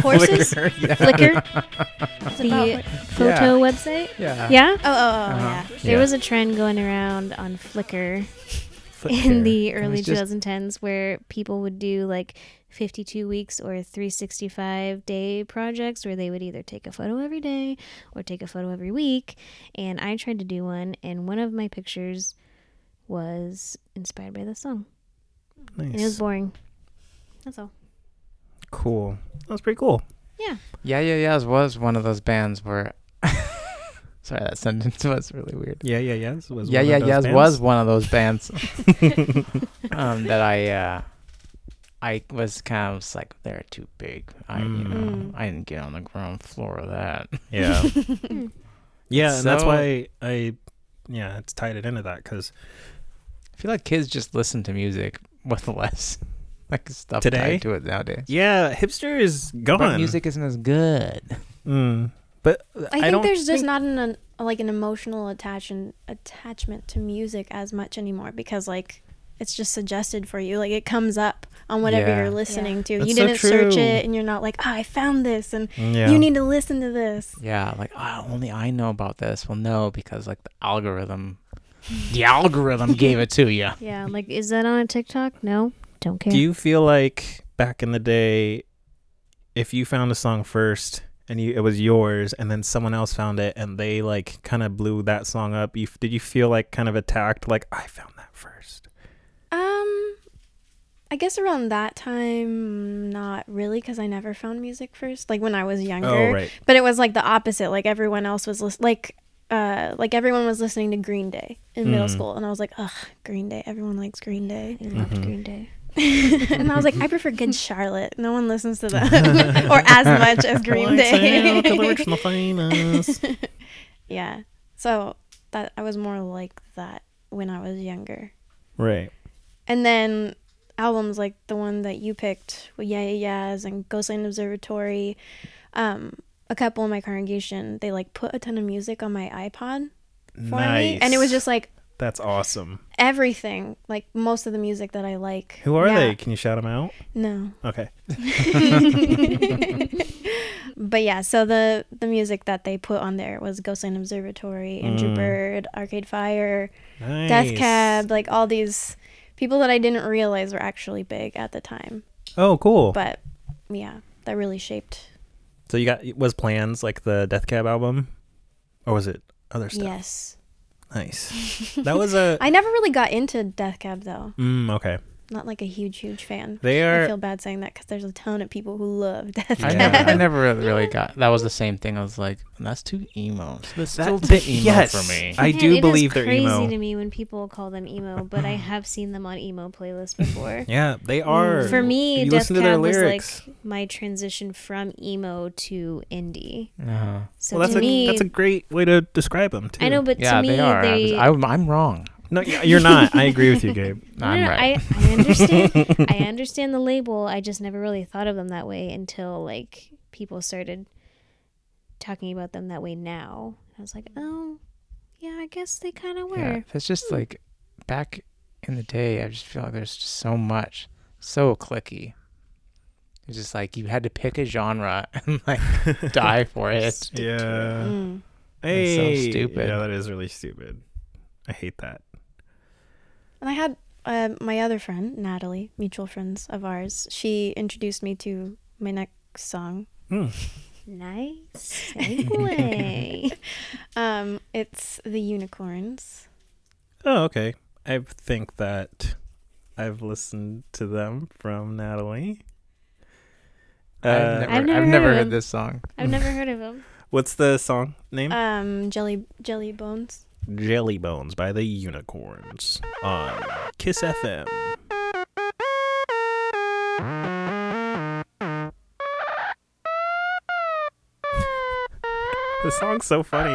Speaker 5: Horses? Flicker?
Speaker 2: [LAUGHS]
Speaker 5: The
Speaker 6: about
Speaker 5: photo
Speaker 1: Yeah. Uh,
Speaker 5: website?
Speaker 1: [LAUGHS] Yeah.
Speaker 5: Yeah?
Speaker 6: Oh, oh, oh,
Speaker 1: Uh-huh.
Speaker 6: yeah.
Speaker 5: There
Speaker 2: Yeah.
Speaker 5: was a trend going around on Flickr
Speaker 2: Foot
Speaker 5: in
Speaker 2: care.
Speaker 5: the
Speaker 1: was
Speaker 5: early
Speaker 1: just-
Speaker 5: 2010s where people would do like 52 weeks or 365 day projects where they would either take a photo every day or take a photo every week. And I tried to do one, and one of my pictures was inspired by this song. And it was
Speaker 2: nice.
Speaker 5: boring. That's all.
Speaker 2: cool. That was pretty cool.
Speaker 1: Yeah. Yeah. Yeah. Was one of those bands where. [LAUGHS] Sorry, that sentence was really weird.
Speaker 2: Yeah, yeah, yeah. This was
Speaker 1: yeah,
Speaker 2: one of
Speaker 1: yeah, [LAUGHS]
Speaker 2: those [LAUGHS]
Speaker 1: yeah.
Speaker 2: bands.
Speaker 1: Was one of those bands um, that I uh, I was kind of just like, they're too big. I, you
Speaker 2: Mm.
Speaker 1: know, I didn't get on the ground floor of that.
Speaker 2: [LAUGHS] Yeah.
Speaker 6: [LAUGHS]
Speaker 2: yeah, and that's
Speaker 1: So-
Speaker 2: why I, yeah, it's tied it into that because
Speaker 1: I feel like kids just listen to music with less [LAUGHS] like stuff
Speaker 2: Today?
Speaker 1: tied to it nowadays.
Speaker 2: yeah, hipster is gone.
Speaker 1: But music isn't as good.
Speaker 2: Mm. But
Speaker 6: I
Speaker 2: I,
Speaker 6: think
Speaker 2: don't
Speaker 6: there's just not an, an like an emotional attachment attachment to music as much anymore because like it's just suggested for you. Like it comes up on whatever
Speaker 1: Yeah.
Speaker 6: you're listening to.
Speaker 2: That's
Speaker 6: you
Speaker 2: so
Speaker 6: didn't search
Speaker 2: true.
Speaker 6: it, and you're not like, oh, I found this, and
Speaker 2: Yeah.
Speaker 6: you need to listen to this.
Speaker 1: Yeah, like oh, only I know about this. Well, no, because like the [LAUGHS] algorithm, the algorithm gave it to you.
Speaker 5: Yeah, like is that on a TikTok? No, don't care.
Speaker 2: Do you feel like back in the day, if you found a song first and you, it was yours, and then someone else found it and they like kind of blew that song up, you, f- did you feel like kind of attacked? Like I found that first.
Speaker 6: Um, I guess around that time, not really, because I never found music first. Like when I was younger.
Speaker 2: Oh, right.
Speaker 6: But it was like the opposite. Like everyone else was lis- like, uh, like everyone was listening to Green Day in middle
Speaker 2: Mm.
Speaker 6: school, and I was like, ugh, Green Day. Everyone likes Green Day, [LAUGHS]
Speaker 5: I loved
Speaker 2: Mm-hmm.
Speaker 5: Green Day.
Speaker 6: and I was like, I prefer
Speaker 2: [LAUGHS]
Speaker 6: Good Charlotte. No one listens to that, or as much as Green [LAUGHS] Day. [LAUGHS] yeah. So that I was more like that when I was younger.
Speaker 2: right.
Speaker 6: And then albums like the one that you picked, with Yeah Yeah Yeahs and Ghostland Observatory. Um, a couple in my congregation, they like put a ton of music on my iPod for me, and it was just like
Speaker 2: that's awesome.
Speaker 6: everything, like most of the music that I like.
Speaker 2: Who are
Speaker 6: Yeah.
Speaker 2: they? Can you shout them out?
Speaker 6: No,
Speaker 2: Okay.
Speaker 6: but yeah. So the the music that they put on there was Ghostland Observatory, Andrew Bird, Arcade Fire,
Speaker 2: Mm. Nice.
Speaker 6: Death Cab, like all these people that I didn't realize were actually big at the time.
Speaker 2: Oh, cool.
Speaker 6: But yeah, that really shaped
Speaker 2: so you got was plans like the Death Cab album, or was it other stuff?
Speaker 6: Yes.
Speaker 2: Nice. That was
Speaker 5: [LAUGHS]
Speaker 2: a.
Speaker 6: I never really got into Death Cab though.
Speaker 2: mm, okay.
Speaker 6: Not like a huge, huge fan.
Speaker 2: They
Speaker 6: I
Speaker 2: are.
Speaker 6: feel bad saying that because there's a ton of people who love Death
Speaker 1: I
Speaker 2: Yeah. [LAUGHS]
Speaker 6: Cab.
Speaker 1: never, I never re- really got. That was the same thing. I was like, that's too emo. That's still too emo for me.
Speaker 2: I
Speaker 5: Man,
Speaker 2: do
Speaker 5: it is
Speaker 2: believe they're emo.
Speaker 5: crazy to me when people call them emo, but I have seen them on emo playlists before.
Speaker 2: Yeah, they are.
Speaker 5: Mm. For me,
Speaker 2: If you
Speaker 5: Death
Speaker 2: listen to their
Speaker 5: Cab was
Speaker 2: lyrics-
Speaker 5: like my transition from emo to indie.
Speaker 1: Uh-huh.
Speaker 5: So
Speaker 2: well, that's
Speaker 5: to
Speaker 2: a
Speaker 5: me,
Speaker 2: that's a great way to describe them. Too.
Speaker 5: I know, but
Speaker 1: Yeah,
Speaker 5: to me,
Speaker 1: they are. I
Speaker 5: they.
Speaker 1: was- I'm, I'm wrong.
Speaker 2: No, y- you're not. I agree
Speaker 5: [LAUGHS]
Speaker 2: with you, Gabe.
Speaker 5: No,
Speaker 1: I'm
Speaker 5: no, no,
Speaker 1: right.
Speaker 5: I, I
Speaker 2: [LAUGHS]
Speaker 5: understand. I understand the label. I just never really thought of them that way until like people started talking about them that way now. I was like, oh, yeah, I guess they kind of were. Hmm.
Speaker 1: Yeah, it's just like back in the day. I just feel like there's just so much, so clicky. It's just like you had to pick a genre [LAUGHS] and
Speaker 2: [LAUGHS]
Speaker 1: like die for it.
Speaker 2: Yeah.
Speaker 6: Mm.
Speaker 1: That's so
Speaker 2: Hey.
Speaker 1: stupid.
Speaker 2: Yeah, that is really stupid. I hate that.
Speaker 6: And I had uh, my other friend, Natalie, mutual friends of ours. She introduced me to my next song.
Speaker 2: Hmm.
Speaker 5: Nice [LAUGHS]
Speaker 2: [LAUGHS]
Speaker 5: segue.
Speaker 6: Um, it's The Unicorns.
Speaker 2: Oh, okay. I think that I've listened to them from Natalie.
Speaker 1: I've
Speaker 2: Uh,
Speaker 1: never,
Speaker 5: I've
Speaker 1: I've
Speaker 5: never
Speaker 1: never,
Speaker 5: heard of
Speaker 1: heard,
Speaker 5: him.
Speaker 1: this song.
Speaker 5: I've never heard of them.
Speaker 2: What's the song name?
Speaker 6: Um, Jelly Jelly Bones.
Speaker 2: Jelly Bones by the Unicorns on Kiss FM. The song's so funny.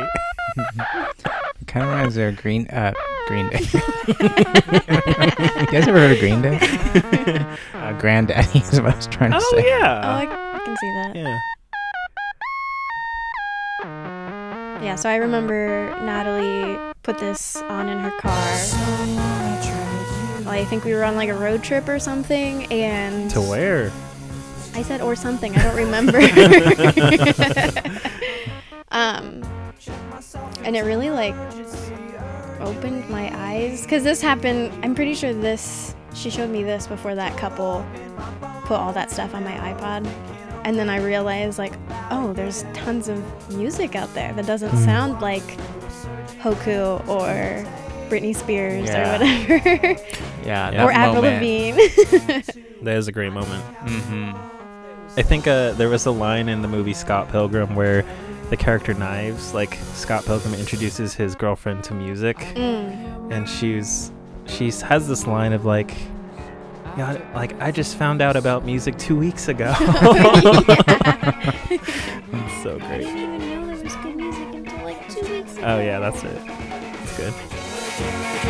Speaker 1: It kind of reminds me of Green uh, Green Day. [LAUGHS] you guys ever heard of Green Day? uh, Granddaddy is what I was trying to say.
Speaker 2: [LAUGHS]
Speaker 6: [LAUGHS] oh, I, I can see that.
Speaker 2: Yeah.
Speaker 6: Yeah, so I remember Natalie put this on in her car. Like, I think we were on like a road trip or something, and
Speaker 2: To where?
Speaker 6: I said or something, I
Speaker 1: [LAUGHS]
Speaker 6: don't remember. um, and it really like opened my eyes because this happened. I'm pretty sure this. She showed me this before that couple put all that stuff on my iPod, and then I realized like, oh, there's tons of music out there that doesn't
Speaker 1: Mm.
Speaker 6: sound like Hoku or Britney Spears
Speaker 1: Yeah.
Speaker 6: or whatever,
Speaker 1: Yeah,
Speaker 2: Or
Speaker 1: that
Speaker 6: [LAUGHS] or Avril
Speaker 1: moment.
Speaker 6: Lavigne.
Speaker 2: That is a great moment.
Speaker 1: Mm-hmm.
Speaker 2: I think uh, there was a line in the movie Scott Pilgrim where the character Knives, like Scott Pilgrim introduces his girlfriend to music,
Speaker 6: Mm.
Speaker 2: and she's she has this line of like, god, like I just found out about music two weeks
Speaker 5: [LAUGHS]
Speaker 2: ago. [LAUGHS] so
Speaker 5: I
Speaker 2: great.
Speaker 5: didn't even know there was good music until like two weeks ago.
Speaker 2: Oh yeah, that's it. It's good.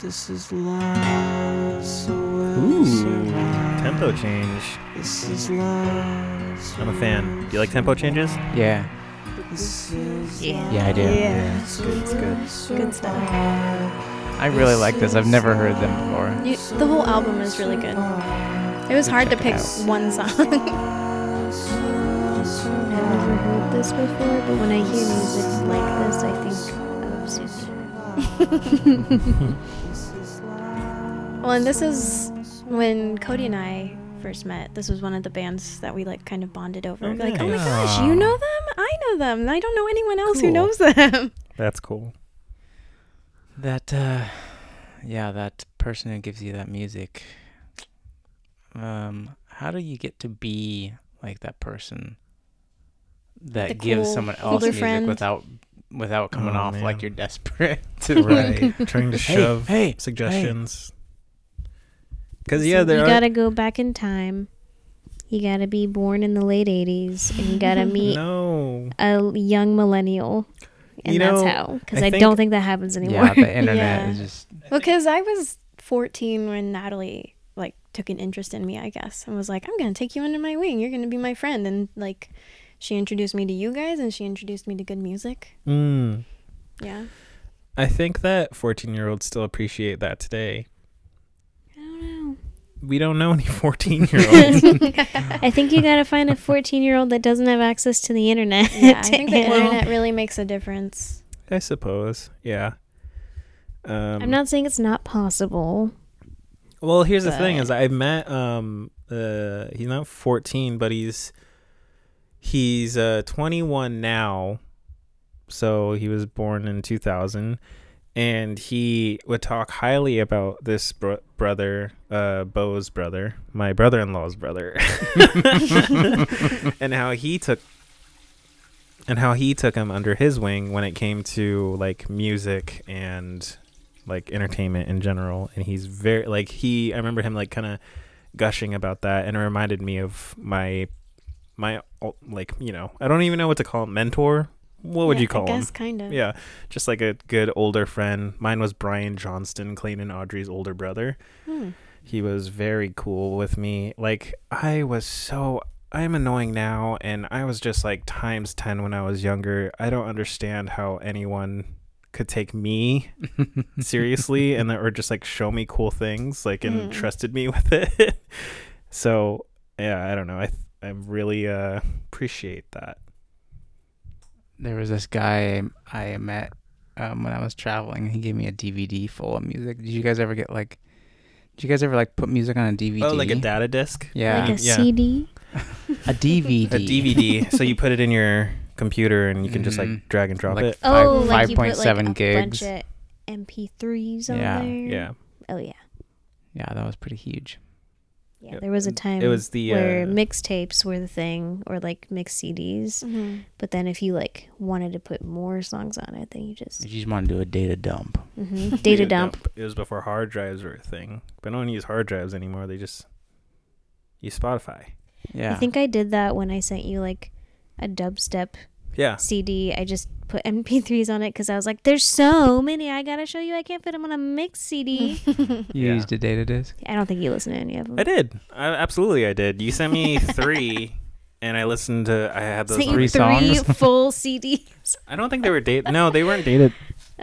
Speaker 7: This is love, so well survived.
Speaker 2: Tempo change.
Speaker 7: This is love. so
Speaker 2: I'm a fan. Do you like tempo changes?
Speaker 8: Yeah.
Speaker 7: This is
Speaker 5: Yeah.
Speaker 8: Yeah, I do.
Speaker 5: Yeah.
Speaker 2: It's good. It's good.
Speaker 5: Good stuff.
Speaker 8: I really like this. I've never heard them before.
Speaker 5: You, the whole album is really good.
Speaker 6: It was hard to
Speaker 8: Check it
Speaker 6: pick
Speaker 8: out.
Speaker 6: one song. [LAUGHS] I've
Speaker 5: never heard this before, but when I hear music like this, I think of Susie.
Speaker 6: [LAUGHS] Well, and this is when Cody and I first met. This was one of the bands that we like kind of bonded over.
Speaker 2: Oh,
Speaker 6: Like, oh my
Speaker 2: nice.
Speaker 6: gosh,
Speaker 2: Aw.
Speaker 6: you know them? I know them. and I don't know anyone else who
Speaker 8: Cool.
Speaker 6: knows them.
Speaker 2: That's cool.
Speaker 8: That, uh, yeah, that person who gives you that music. Um, how do you get to be like that person that
Speaker 6: The
Speaker 8: gives
Speaker 6: cool
Speaker 8: someone else
Speaker 6: older
Speaker 8: music
Speaker 6: friend.
Speaker 8: without without coming
Speaker 2: Oh,
Speaker 8: off
Speaker 2: man.
Speaker 8: like you're desperate [LAUGHS] to like
Speaker 2: [LAUGHS]
Speaker 6: [LAUGHS]
Speaker 2: Right. [LAUGHS] Trying to shove
Speaker 8: hey, hey.
Speaker 2: suggestions. Cause yeah,
Speaker 5: you
Speaker 2: there are
Speaker 5: gotta go back in time. You gotta be born in the late '80s, and
Speaker 2: [LAUGHS]
Speaker 5: you gotta meet
Speaker 2: no.
Speaker 5: a young millennial, and
Speaker 2: You
Speaker 5: that's
Speaker 2: know,
Speaker 5: how. Because
Speaker 2: I
Speaker 5: I,
Speaker 2: think-
Speaker 5: don't think that happens anymore.
Speaker 8: Yeah,
Speaker 5: [LAUGHS]
Speaker 8: the internet
Speaker 6: Yeah.
Speaker 8: is just [LAUGHS]
Speaker 6: Well, because I was 14 when Natalie like took an interest in me, I guess, and was like, I'm gonna take you under my wing. You're gonna be my friend. And like, she introduced me to you guys, and she introduced me to good music.
Speaker 2: Mm.
Speaker 6: Yeah.
Speaker 2: I think that 14 year olds still appreciate that today.
Speaker 6: I don't know.
Speaker 2: We don't know any [LAUGHS] 14 year
Speaker 5: [LAUGHS]
Speaker 2: olds.
Speaker 5: I think you gotta find a 14-year-old that doesn't have access to the internet.
Speaker 6: Yeah, I [LAUGHS] think
Speaker 5: [LAUGHS]
Speaker 6: the
Speaker 5: And-
Speaker 6: internet really makes a difference.
Speaker 2: I suppose. Yeah. Um,
Speaker 5: I'm not saying it's not possible.
Speaker 2: Well, here's the thing:
Speaker 5: but-
Speaker 2: is I met um uh he's not 14, but he's he's uh 21 now, so he was born in 2000, and he would talk highly about this br- brother, uh Bo's brother, my brother-in-law's
Speaker 5: [LAUGHS]
Speaker 2: brother, [LAUGHS] and how he took and how he took him under his wing when it came to like music and like entertainment in general and he's very like he i remember him like kind of gushing about that and it reminded me of my my al- like you know i don't even know what to call him mentor what would
Speaker 6: Yeah,
Speaker 2: you call
Speaker 6: I
Speaker 2: him
Speaker 6: guess kind of.
Speaker 2: yeah just like a good older friend mine was brian johnston clayton and audrey's older brother
Speaker 6: Hmm.
Speaker 2: he was very cool with me like i was so i'm annoying now and i was just like times 10 when i was younger i don't understand how anyone could take me seriously and or just like show me cool things like and
Speaker 6: Mm.
Speaker 2: trusted me [LAUGHS] with it so yeah i don't know i i really uh appreciate that
Speaker 8: there was this guy I met um, when I was traveling. He gave me a DVD full of music. Did you guys ever get like? Did you guys ever like put music on a
Speaker 1: E
Speaker 8: DVD?
Speaker 2: oh like a data disc
Speaker 8: yeah,
Speaker 5: Like a
Speaker 2: yeah.
Speaker 5: CD.
Speaker 8: a DVD.
Speaker 1: E
Speaker 2: a DVD. so you put it in your computer and you can just
Speaker 8: Mhm.
Speaker 2: like drag and drop
Speaker 8: Like
Speaker 2: it.
Speaker 8: Five-
Speaker 5: oh, like you put like
Speaker 8: 5.7
Speaker 5: a
Speaker 8: gigs.
Speaker 5: bunch of MP3s on
Speaker 8: Yeah,
Speaker 5: there.
Speaker 2: Yeah.
Speaker 5: Oh yeah.
Speaker 8: Yeah, that was pretty huge.
Speaker 5: Yeah,
Speaker 2: Yep.
Speaker 5: there was a time
Speaker 2: It was the
Speaker 5: where
Speaker 2: uh,
Speaker 5: mixtapes were the thing, or like mixed CDs.
Speaker 6: Mhm.
Speaker 5: But then if you like wanted to put more songs on it, then you just
Speaker 8: You just want to do a data dump.
Speaker 2: [LAUGHS]
Speaker 5: mhm, data dump.
Speaker 2: It was before hard drives were a thing. But no one use hard drives anymore. They just use Spotify.
Speaker 8: Yeah,
Speaker 5: I think I did that when I sent you like a dubstep
Speaker 2: Yeah.
Speaker 5: CD. I just put [LAUGHS] MP3s on it because I was like, "There's so many. I gotta show you. I can't put them on a mix
Speaker 2: [LAUGHS]
Speaker 5: CD."
Speaker 8: you
Speaker 2: Yeah.
Speaker 8: used a data disk.
Speaker 5: I don't think you listened to any of them.
Speaker 2: I did. I, absolutely, I did. You sent me three, and I listened to. I had those.
Speaker 5: Sent you
Speaker 2: on-
Speaker 5: three
Speaker 8: three songs.
Speaker 5: [LAUGHS]
Speaker 2: [LAUGHS]
Speaker 5: full CDs.
Speaker 2: I don't think they were dated. No, they weren't dated.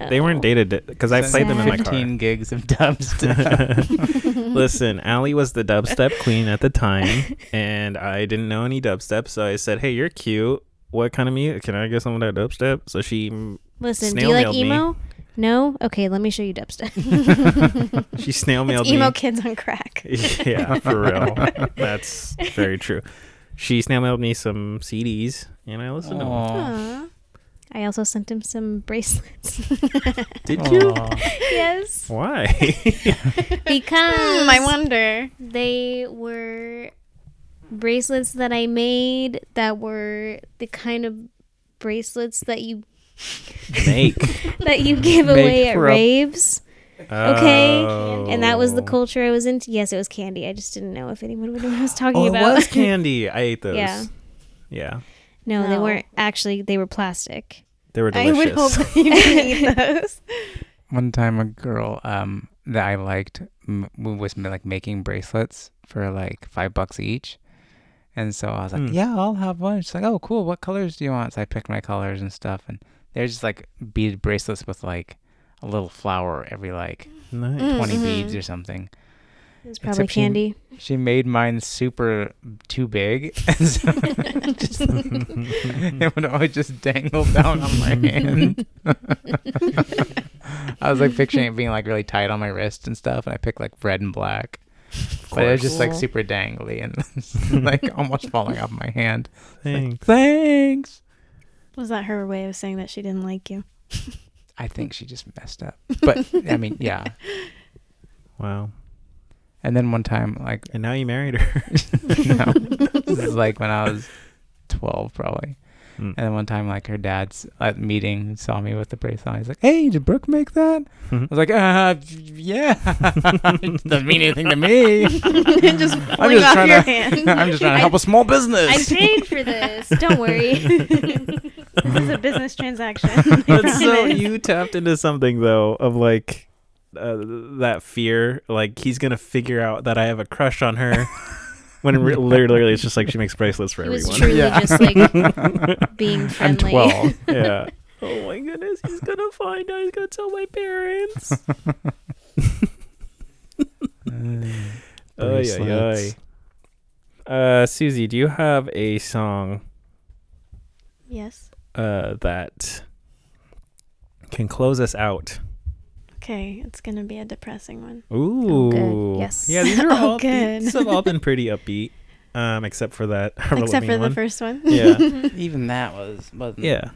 Speaker 2: They weren't dated because I played them in my car.
Speaker 8: [LAUGHS] Fifteen gigs of dubstep. [LAUGHS]
Speaker 2: [LAUGHS] Listen, Allie was the dubstep queen at the time, and I didn't know any dubstep, so I said, "Hey, you're cute. What kind of music? Can I get some of that dubstep?" So she mm,
Speaker 5: Listen, do
Speaker 2: snail
Speaker 5: you like
Speaker 2: mailed me.
Speaker 5: emo? No? Okay, let me show you dubstep. [LAUGHS]
Speaker 2: she snail mailed
Speaker 6: It's emo
Speaker 2: me.
Speaker 6: kids on crack.
Speaker 2: [LAUGHS] yeah, for real. [LAUGHS] That's very true. She snail mailed me some CDs, and I listened to them.
Speaker 8: Aw.
Speaker 6: Aw.
Speaker 5: I also sent him some bracelets. [LAUGHS]
Speaker 2: Did you?
Speaker 5: yes.
Speaker 2: Why?
Speaker 5: Because
Speaker 6: Hmm, I wonder.
Speaker 5: they were bracelets that I made that were the kind of bracelets that you
Speaker 2: Make.
Speaker 5: that you give away at
Speaker 1: for a-
Speaker 5: raves. Okay.
Speaker 2: Oh.
Speaker 5: And that was the culture I was into. Yes, it was candy. I just didn't know if anyone would know what I was talking
Speaker 2: Oh, it
Speaker 5: about. [LAUGHS]
Speaker 2: was candy. I ate those.
Speaker 5: Yeah.
Speaker 2: Yeah.
Speaker 5: No, they
Speaker 6: No.
Speaker 5: weren't actually. They were plastic.
Speaker 2: They were
Speaker 6: I
Speaker 2: delicious.
Speaker 6: would hope that you
Speaker 1: [LAUGHS]
Speaker 6: can eat those.
Speaker 1: One time, a girl um, that I liked m- was like making bracelets for like five bucks each, and so I was like,
Speaker 2: Hmm.
Speaker 1: "Yeah, I'll have one." She's like, "Oh, cool. What colors do you want?" So I picked my colors and stuff, and they're just like beaded bracelets with like a little flower every like
Speaker 2: [LAUGHS] Nice.
Speaker 1: twenty
Speaker 5: Mm-hmm.
Speaker 1: beads or something.
Speaker 5: It was probably
Speaker 1: Except she- [LAUGHS]
Speaker 5: candy.
Speaker 1: She made mine super too big, [LAUGHS] and so just, [LAUGHS] it would always just dangle down on my hand. [LAUGHS] I was like picturing it being like really tight on my wrist and stuff, and I picked like red and black, but it was just like
Speaker 6: Cool.
Speaker 1: super dangly and [LAUGHS] like almost falling off my hand.
Speaker 2: Thanks.
Speaker 1: Thanks.
Speaker 6: Was that her way of saying that she didn't like you?
Speaker 1: I think she just messed up, but I mean, yeah.
Speaker 2: Wow.
Speaker 1: And then one time, like [LAUGHS]
Speaker 2: And now you married her. [LAUGHS]
Speaker 1: no. this is like when I was 12, probably.
Speaker 2: Mm.
Speaker 1: And then one time, like her dad's at meeting saw me with the bracelet. on. He's like, "Hey, did Brooke make that?" I was like, "Uh, yeah." [LAUGHS] Doesn't mean anything to me.
Speaker 5: [LAUGHS]
Speaker 6: just
Speaker 1: I'm
Speaker 6: fling
Speaker 1: just
Speaker 6: off
Speaker 1: trying
Speaker 6: your
Speaker 1: to- [LAUGHS]
Speaker 6: hand.
Speaker 1: I'm just trying to help a small
Speaker 5: I
Speaker 1: business.
Speaker 5: paid for this.
Speaker 2: [LAUGHS]
Speaker 5: Don't worry.
Speaker 6: this is a business transaction.
Speaker 5: [LAUGHS]
Speaker 6: I
Speaker 2: [LAUGHS] That's so
Speaker 6: promise.
Speaker 2: you tapped into something though of like uh, that fear, like he's gonna figure out that I have a crush on [LAUGHS] her. when re- literally, it's just like she makes bracelets for
Speaker 5: It was
Speaker 2: everyone.
Speaker 5: truly just like being
Speaker 1: I'm
Speaker 5: friendly.
Speaker 6: [LAUGHS]
Speaker 1: 12.
Speaker 2: yeah. Oh my goodness, he's gonna find out. He's gonna tell my [LAUGHS] parents. Ay, ay,
Speaker 1: Bracelets.
Speaker 2: ay. Uh, Susie, do you have a song
Speaker 6: Yes.
Speaker 2: uh, that can close us out?
Speaker 6: Okay, it's gonna be a depressing one.
Speaker 2: Ooh.
Speaker 5: good. Yes.
Speaker 2: Yeah, these are
Speaker 6: [LAUGHS] Oh,
Speaker 2: all
Speaker 6: good.
Speaker 2: these have all been pretty upbeat, um, except for that. [LAUGHS] Avril
Speaker 6: Except for
Speaker 2: Lavigne
Speaker 6: the
Speaker 2: one.
Speaker 6: first one. [LAUGHS]
Speaker 2: Yeah.
Speaker 1: Even that was, wasn't
Speaker 2: yeah.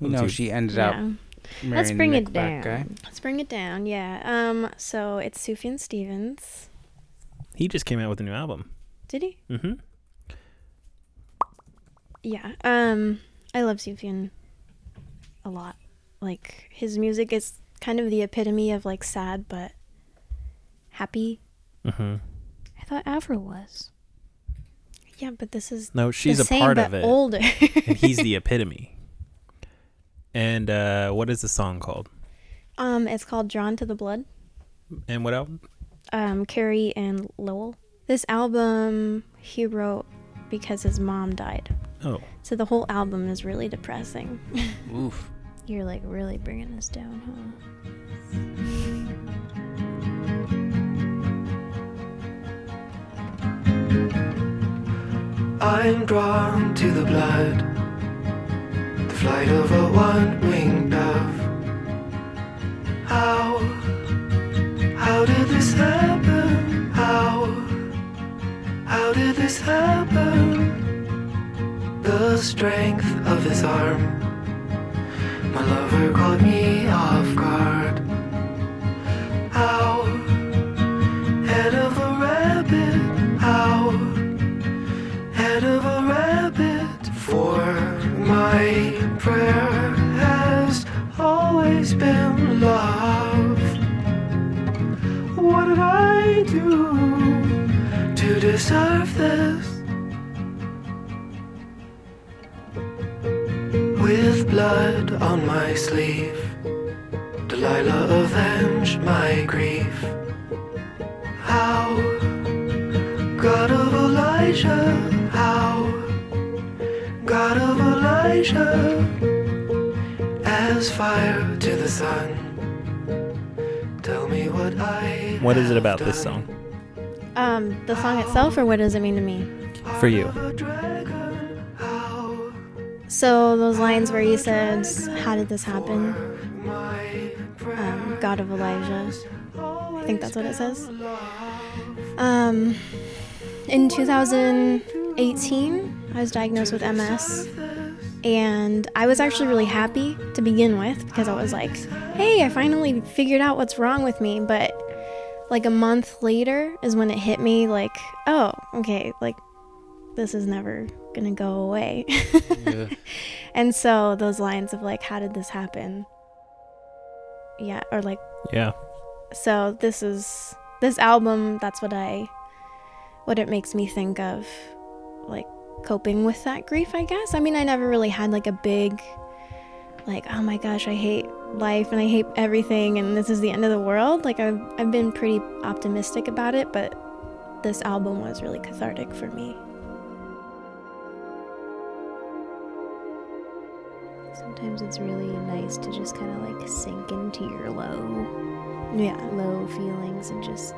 Speaker 1: You know,
Speaker 2: Dude.
Speaker 1: she ended up
Speaker 6: yeah.
Speaker 1: marrying
Speaker 5: Let's bring
Speaker 1: the
Speaker 5: it
Speaker 1: Nickelback
Speaker 5: down.
Speaker 1: guy.
Speaker 6: Let's bring it down. Yeah. Um. So it's Sufjan Stevens.
Speaker 2: He just came out with a new album.
Speaker 6: Did he?
Speaker 2: Mm-hmm.
Speaker 6: Yeah. Um. I love Sufjan a lot. Like his music is kind of the epitome of like sad but happy.
Speaker 2: Mm-hmm.
Speaker 5: I thought Avril was.
Speaker 6: Yeah, but this is
Speaker 2: No, she's
Speaker 6: the
Speaker 2: a
Speaker 6: same
Speaker 2: part
Speaker 6: but
Speaker 2: of it, [LAUGHS]
Speaker 6: older. [LAUGHS]
Speaker 2: and he's the epitome. And uh, what is the song called?
Speaker 6: um. It's called Drawn to the Blood.
Speaker 2: And what album?
Speaker 6: um, Carrie and Lowell. This album he wrote because his mom died.
Speaker 2: Oh,
Speaker 6: So the whole album is really depressing.
Speaker 1: Oof.
Speaker 5: You're like really bringing us down, huh?
Speaker 7: I'm drawn to the blood, the flight of a one winged dove. How, how did this happen? How, how did this happen? The strength of his arm, my lover caught me off guard. How, head of a rabbit, how? head of a rabbit. For my prayer has always been love. What did I do to deserve this? With blood on my sleeve, Delilah avenge my grief. How? God of Elijah, how? God of Elijah, as fire to the sun. Tell me what I.
Speaker 2: what is it
Speaker 7: have
Speaker 2: about this
Speaker 7: done.
Speaker 2: song
Speaker 6: Um, the song itself, or what does it mean to me?
Speaker 2: for you?
Speaker 7: A dragon, how?
Speaker 6: So those lines where he says, "How did this happen?"
Speaker 7: My
Speaker 6: Um, God of Elijah. I think that's what it says.
Speaker 7: love.
Speaker 6: Um, in 2018, I was diagnosed with MS, And I was actually really happy to begin with because I was like, hey, I finally figured out what's wrong with me. But like a month later is when it hit me like, oh, okay, like this is never going to go away. and so those lines of like, how did this happen? Yeah. Or like,
Speaker 2: Yeah.
Speaker 6: so this is this album that's what i what it makes me think of like coping with that grief i guess i mean i never really had like a big like oh my gosh i hate life and i hate everything and this is the end of the world like i've, I've been pretty optimistic about it but this album was really cathartic for me
Speaker 5: Sometimes it's really nice to just kind of like sink into your low,
Speaker 6: yeah
Speaker 5: low feelings and just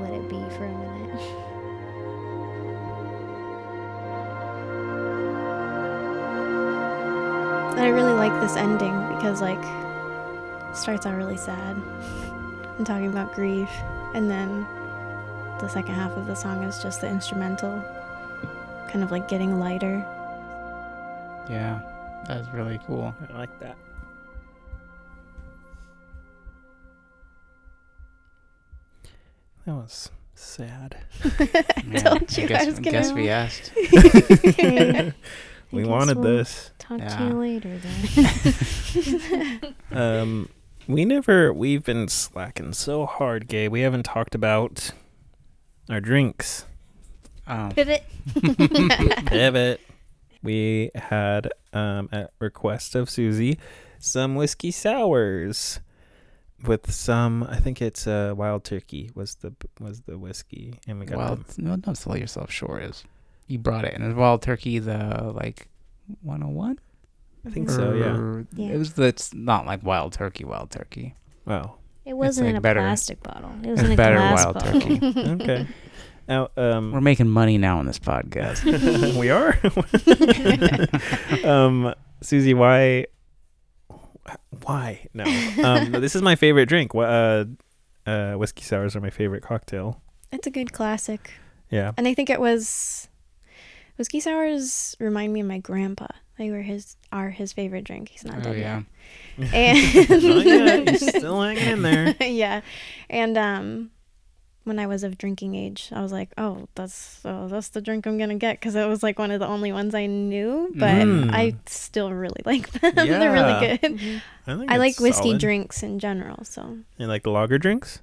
Speaker 5: let it be for a minute.
Speaker 6: [LAUGHS] and i really like this ending because like it starts out really sad [LAUGHS] and talking about grief and then the second half of the song is just the instrumental kind of like getting lighter
Speaker 1: Yeah, that's really
Speaker 5: [LAUGHS]
Speaker 1: cool.
Speaker 2: I like that. That was sad. [LAUGHS]
Speaker 1: Man,
Speaker 6: told you I
Speaker 1: guess,
Speaker 6: was gonna-
Speaker 1: guess we asked.
Speaker 2: we
Speaker 5: guess
Speaker 2: wanted
Speaker 5: we'll-
Speaker 2: this.
Speaker 5: Talk to
Speaker 1: Yeah.
Speaker 5: you later then.
Speaker 2: Um, we never. We've been slacking so hard, Gabe. We haven't talked about our drinks.
Speaker 1: Um,
Speaker 5: Pivot. [LAUGHS]
Speaker 2: Pivot. We had, um, at request of Susie, some whiskey sours with some. I think it's uh, wild turkey was the was the whiskey, and we got
Speaker 1: well,
Speaker 2: the
Speaker 1: no, don't sell yourself short. Is you brought it, and it was Wild Turkey, the like 101.
Speaker 2: I think so, yeah.
Speaker 1: Or-
Speaker 5: Yeah.
Speaker 1: It was. The, it's not like Wild Turkey. Wild Turkey.
Speaker 2: Wow.
Speaker 5: It wasn't
Speaker 1: like
Speaker 5: in a
Speaker 1: better-
Speaker 5: plastic bottle. It was
Speaker 1: It's
Speaker 5: in a
Speaker 1: better
Speaker 5: glass
Speaker 1: Wild
Speaker 5: bottle. [LAUGHS]
Speaker 6: [LAUGHS]
Speaker 1: Turkey.
Speaker 2: Okay. now, um,
Speaker 1: We're making money now on this podcast.
Speaker 2: [LAUGHS] we are. um, Susie, why? Why no? Um, this is my favorite drink. Wh- Uh, uh, whiskey sours are my favorite cocktail.
Speaker 6: it's a good classic [LAUGHS]
Speaker 2: Yeah.
Speaker 6: and i think it was whiskey sours remind me of my grandpa they were his are his favorite drink he's [LAUGHS] not
Speaker 1: oh
Speaker 6: dead
Speaker 1: yeah.
Speaker 6: yet and
Speaker 2: Not [LAUGHS] yet. You're still hanging in there.
Speaker 6: [LAUGHS] yeah. And um when I was of drinking age, I was like, "Oh, that's oh, that's the drink I'm gonna get," because it was like one of the only ones I knew. But
Speaker 2: Mm.
Speaker 6: I still really [LAUGHS] like them; they're really
Speaker 2: Yeah.
Speaker 6: good.
Speaker 2: I, think
Speaker 6: I like
Speaker 2: it's
Speaker 6: whiskey
Speaker 2: solid.
Speaker 6: drinks in general, so
Speaker 2: You like the lager [LAUGHS] drinks?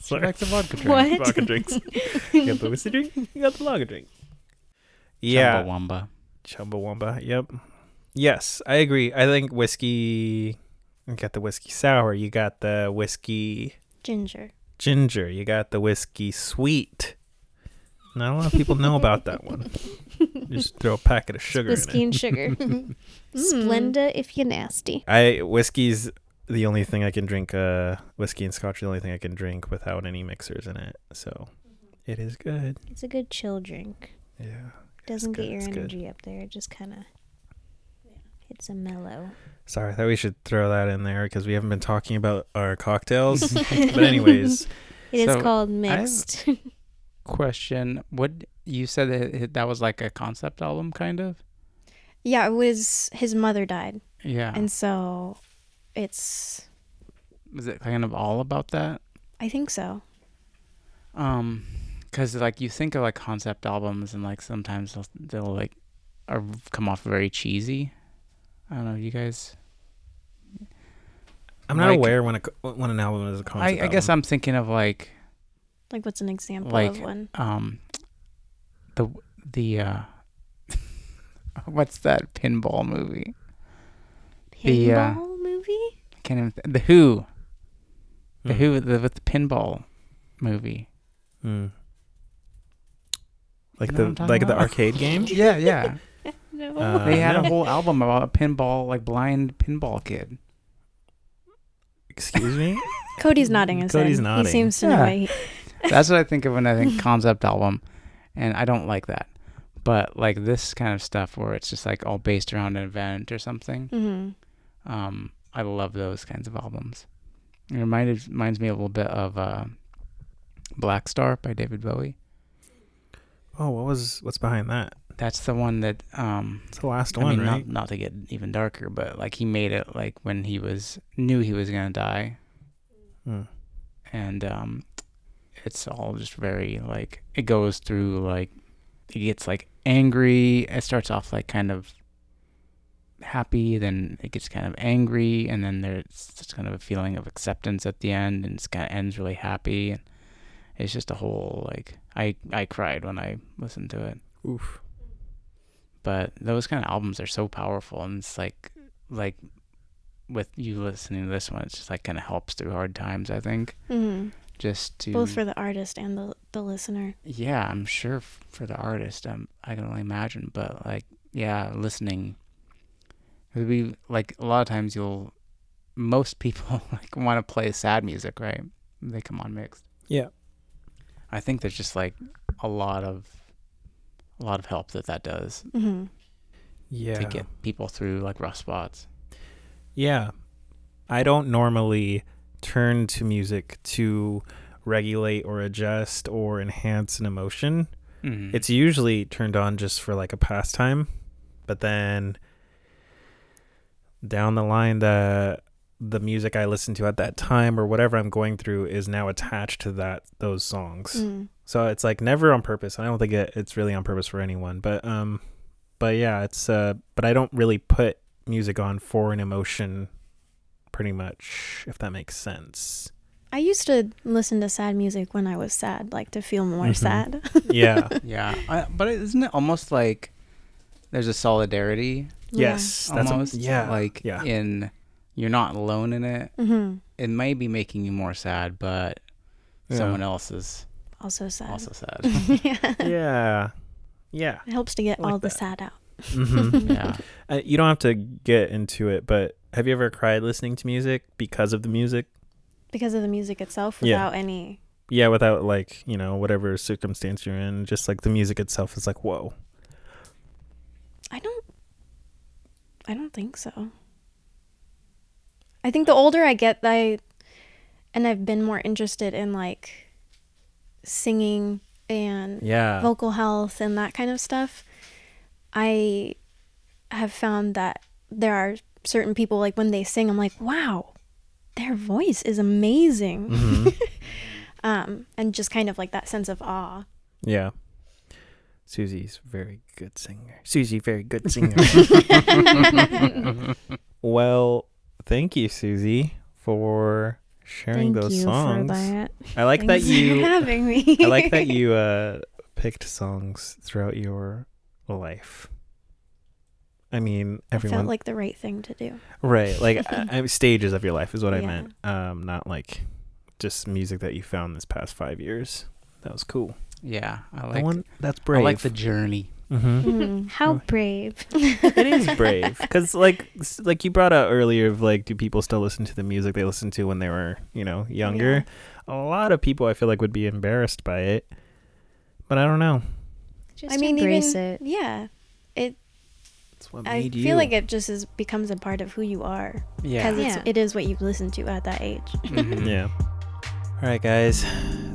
Speaker 2: Sorry.
Speaker 1: Back to vodka drink.
Speaker 5: What?
Speaker 2: Lager
Speaker 6: [LAUGHS]
Speaker 2: drinks. you got the whiskey drink. You got the lager drink. Yeah.
Speaker 1: Chumbawamba.
Speaker 2: Chumbawamba. Yep. Yes, I agree. I think whiskey. You got the whiskey sour. You got the whiskey
Speaker 6: ginger.
Speaker 2: ginger. You got the whiskey sweet. Not a lot of people know about that
Speaker 6: [LAUGHS]
Speaker 2: one. Just throw a packet of sugar
Speaker 5: Whiskey
Speaker 2: in it.
Speaker 5: and sugar. [LAUGHS] Splenda if you nasty.
Speaker 2: I whiskey's the only thing I can drink. Uh, whiskey and scotch are the only thing I can drink without any mixers in it. So, Mm-hmm. it is good.
Speaker 5: It's a good chill drink.
Speaker 2: Yeah.
Speaker 5: Doesn't
Speaker 2: good,
Speaker 5: get your
Speaker 2: it's good.
Speaker 5: energy up there. It just kind of hits a mellow.
Speaker 2: Sorry, I thought we should throw that in there because we haven't been talking about our [LAUGHS]
Speaker 5: [LAUGHS]
Speaker 2: cocktails. but anyways,
Speaker 5: It is
Speaker 1: So,
Speaker 5: called mixed.
Speaker 2: uh,
Speaker 1: Question: What you said that it- that was like a concept album, kind of.
Speaker 6: Mm. Yeah, it was his mother died,
Speaker 1: Yeah.
Speaker 6: and so it's.
Speaker 1: was it kind of all about that?
Speaker 6: I think so.
Speaker 1: Um, because like you think of like concept albums, and like sometimes they'll, they'll like are come off very cheesy. I don't know, you guys.
Speaker 2: I'm not
Speaker 1: Like-
Speaker 2: aware when a co- when an album is a
Speaker 1: I,
Speaker 2: concept.
Speaker 1: I guess
Speaker 2: album.
Speaker 1: I'm thinking of like
Speaker 6: Like, what's an example of
Speaker 1: Like-
Speaker 6: one?
Speaker 1: um the the uh [LAUGHS] what's that pinball movie? The, uh,
Speaker 5: Pinball movie?
Speaker 1: I can't even th- the Who the
Speaker 2: Hmm.
Speaker 1: Who the with the pinball movie.
Speaker 2: Mm. Like
Speaker 1: know what I'm
Speaker 2: the
Speaker 1: talking
Speaker 2: like the
Speaker 1: about? [LAUGHS]
Speaker 2: arcade game.
Speaker 1: Yeah, yeah.
Speaker 5: No.
Speaker 2: Uh,
Speaker 1: they had
Speaker 2: no.
Speaker 1: a whole album about a pinball like blind pinball kid.
Speaker 2: Excuse [LAUGHS] me.
Speaker 6: Cody's nodding his
Speaker 2: Cody's
Speaker 6: head.
Speaker 2: nodding.
Speaker 6: He seems to know.
Speaker 1: Yeah.
Speaker 6: Why he,
Speaker 1: That's what I think of when I think concept album, and I don't like that. But like this kind of stuff where it's just like all based around an event or something.
Speaker 6: Mhm.
Speaker 1: Um, I love those kinds of albums. It reminded reminds me a little bit of uh, Black Star by David Bowie.
Speaker 2: Oh, what was what's behind that?
Speaker 1: That's the one that um
Speaker 2: It's the last
Speaker 1: I
Speaker 2: one,
Speaker 1: mean,
Speaker 2: right?
Speaker 1: not not to get even darker, but like he made it like when he was knew he was gonna die,
Speaker 2: Hmm.
Speaker 1: and um, it's all just very like it goes through like he gets like angry. It starts off like kind of happy, then it gets kind of angry, and then there's just kind of a feeling of acceptance at the end, and it's kind of ends really happy. And it's just a whole like I I cried when I listened to it
Speaker 2: Oof.
Speaker 1: but those kind of albums are so powerful and it's like like with you listening to this one it's just like kind of helps through hard times i think
Speaker 6: Mhm.
Speaker 1: just to
Speaker 6: Both for the artist and the the listener.
Speaker 1: yeah i'm sure f- for the artist um, i can only imagine but like yeah listening it would be like a lot of times you'll most people [LAUGHS] like want to play sad music right they come on mixed
Speaker 2: Yeah.
Speaker 1: i think there's just like a lot of a lot of help that that does
Speaker 6: hmm
Speaker 2: Yeah.
Speaker 1: to get people through like rough spots
Speaker 2: Yeah. I don't normally turn to music to regulate or adjust or enhance an emotion.
Speaker 1: Mhm.
Speaker 2: It's usually turned on just for like a pastime, but then down the line the the music I listen to at that time or whatever I'm going through is now attached to that those songs.
Speaker 6: Mm.
Speaker 2: So it's like never on purpose. and I don't think it, it's really on purpose for anyone, but um but yeah, it's uh but I don't really put music on for an emotion pretty much if that makes sense.
Speaker 6: I used to listen to sad music when I was sad, like to feel more
Speaker 2: Mhm.
Speaker 6: sad.
Speaker 2: [LAUGHS]
Speaker 6: [LAUGHS]
Speaker 2: Yeah.
Speaker 1: Yeah, I, but isn't it almost like there's a solidarity
Speaker 2: yes. That's
Speaker 1: almost?
Speaker 2: yeah.
Speaker 1: like
Speaker 2: yeah.
Speaker 1: in you're not alone in it.
Speaker 6: hmm
Speaker 1: It may be making you more sad, but
Speaker 2: Yeah.
Speaker 1: someone else is
Speaker 6: Also sad.
Speaker 1: also sad.
Speaker 6: [LAUGHS] yeah.
Speaker 2: yeah. Yeah.
Speaker 6: It helps to get
Speaker 2: I like
Speaker 6: all the
Speaker 2: that.
Speaker 6: sad out.
Speaker 2: Mhm.
Speaker 1: yeah,
Speaker 2: Uh, you don't have to get into it, but have you ever cried listening to music because of the music?
Speaker 6: because of the music itself
Speaker 2: Yeah.
Speaker 6: without any
Speaker 2: Yeah, without like, you know, whatever circumstance you're in, just like the music itself is like, whoa.
Speaker 6: i don't i don't think so i think the older i get i and i've been more interested in like singing and
Speaker 2: Yeah.
Speaker 6: vocal health and that kind of stuff i have found that there are certain people like when they sing i'm like wow their voice is amazing
Speaker 2: Mm-hmm.
Speaker 5: [LAUGHS]
Speaker 6: um and just kind of like that sense of awe
Speaker 2: Yeah. Susie's very good singer. Susie, very good singer. [LAUGHS] well, thank you, Susie, for sharing
Speaker 5: Thank
Speaker 2: those
Speaker 5: you
Speaker 2: songs.
Speaker 5: for [LAUGHS] that.
Speaker 2: I like
Speaker 6: [LAUGHS] Thanks
Speaker 2: that you
Speaker 6: for having me.
Speaker 2: I like [LAUGHS] that you uh picked songs throughout your life. I mean,
Speaker 6: It [LAUGHS] felt
Speaker 2: everyone
Speaker 6: like the right thing to do.
Speaker 2: right? [LAUGHS] Like I, I, stages of your life is what I
Speaker 6: Yeah.
Speaker 2: meant. Um, not like just music that you found this past five years. That was cool.
Speaker 1: yeah. I
Speaker 2: the
Speaker 1: like.
Speaker 2: one that's
Speaker 1: I
Speaker 2: brave.
Speaker 1: like the journey.
Speaker 2: Mhm.
Speaker 5: How brave.
Speaker 2: it [LAUGHS] is brave because like s- like you brought up earlier of like do people still listen to the music they listened to when they were you know younger a lot of people i feel like would be embarrassed by it but i don't know
Speaker 5: [LAUGHS] Just embrace it.
Speaker 6: Yeah,
Speaker 2: it's what
Speaker 6: I feel like it just is becomes a part of who you are
Speaker 1: Yeah.
Speaker 6: because
Speaker 5: Yeah.
Speaker 6: it's it is what you've listened to at that age.
Speaker 1: Mhm.
Speaker 2: yeah Mm-hmm. all right guys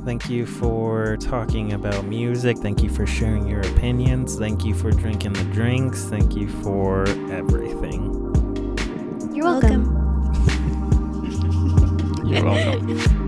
Speaker 2: thank you for talking about music thank you for sharing your opinions thank you for drinking the drinks thank you for everything
Speaker 5: You're welcome.
Speaker 1: You're welcome.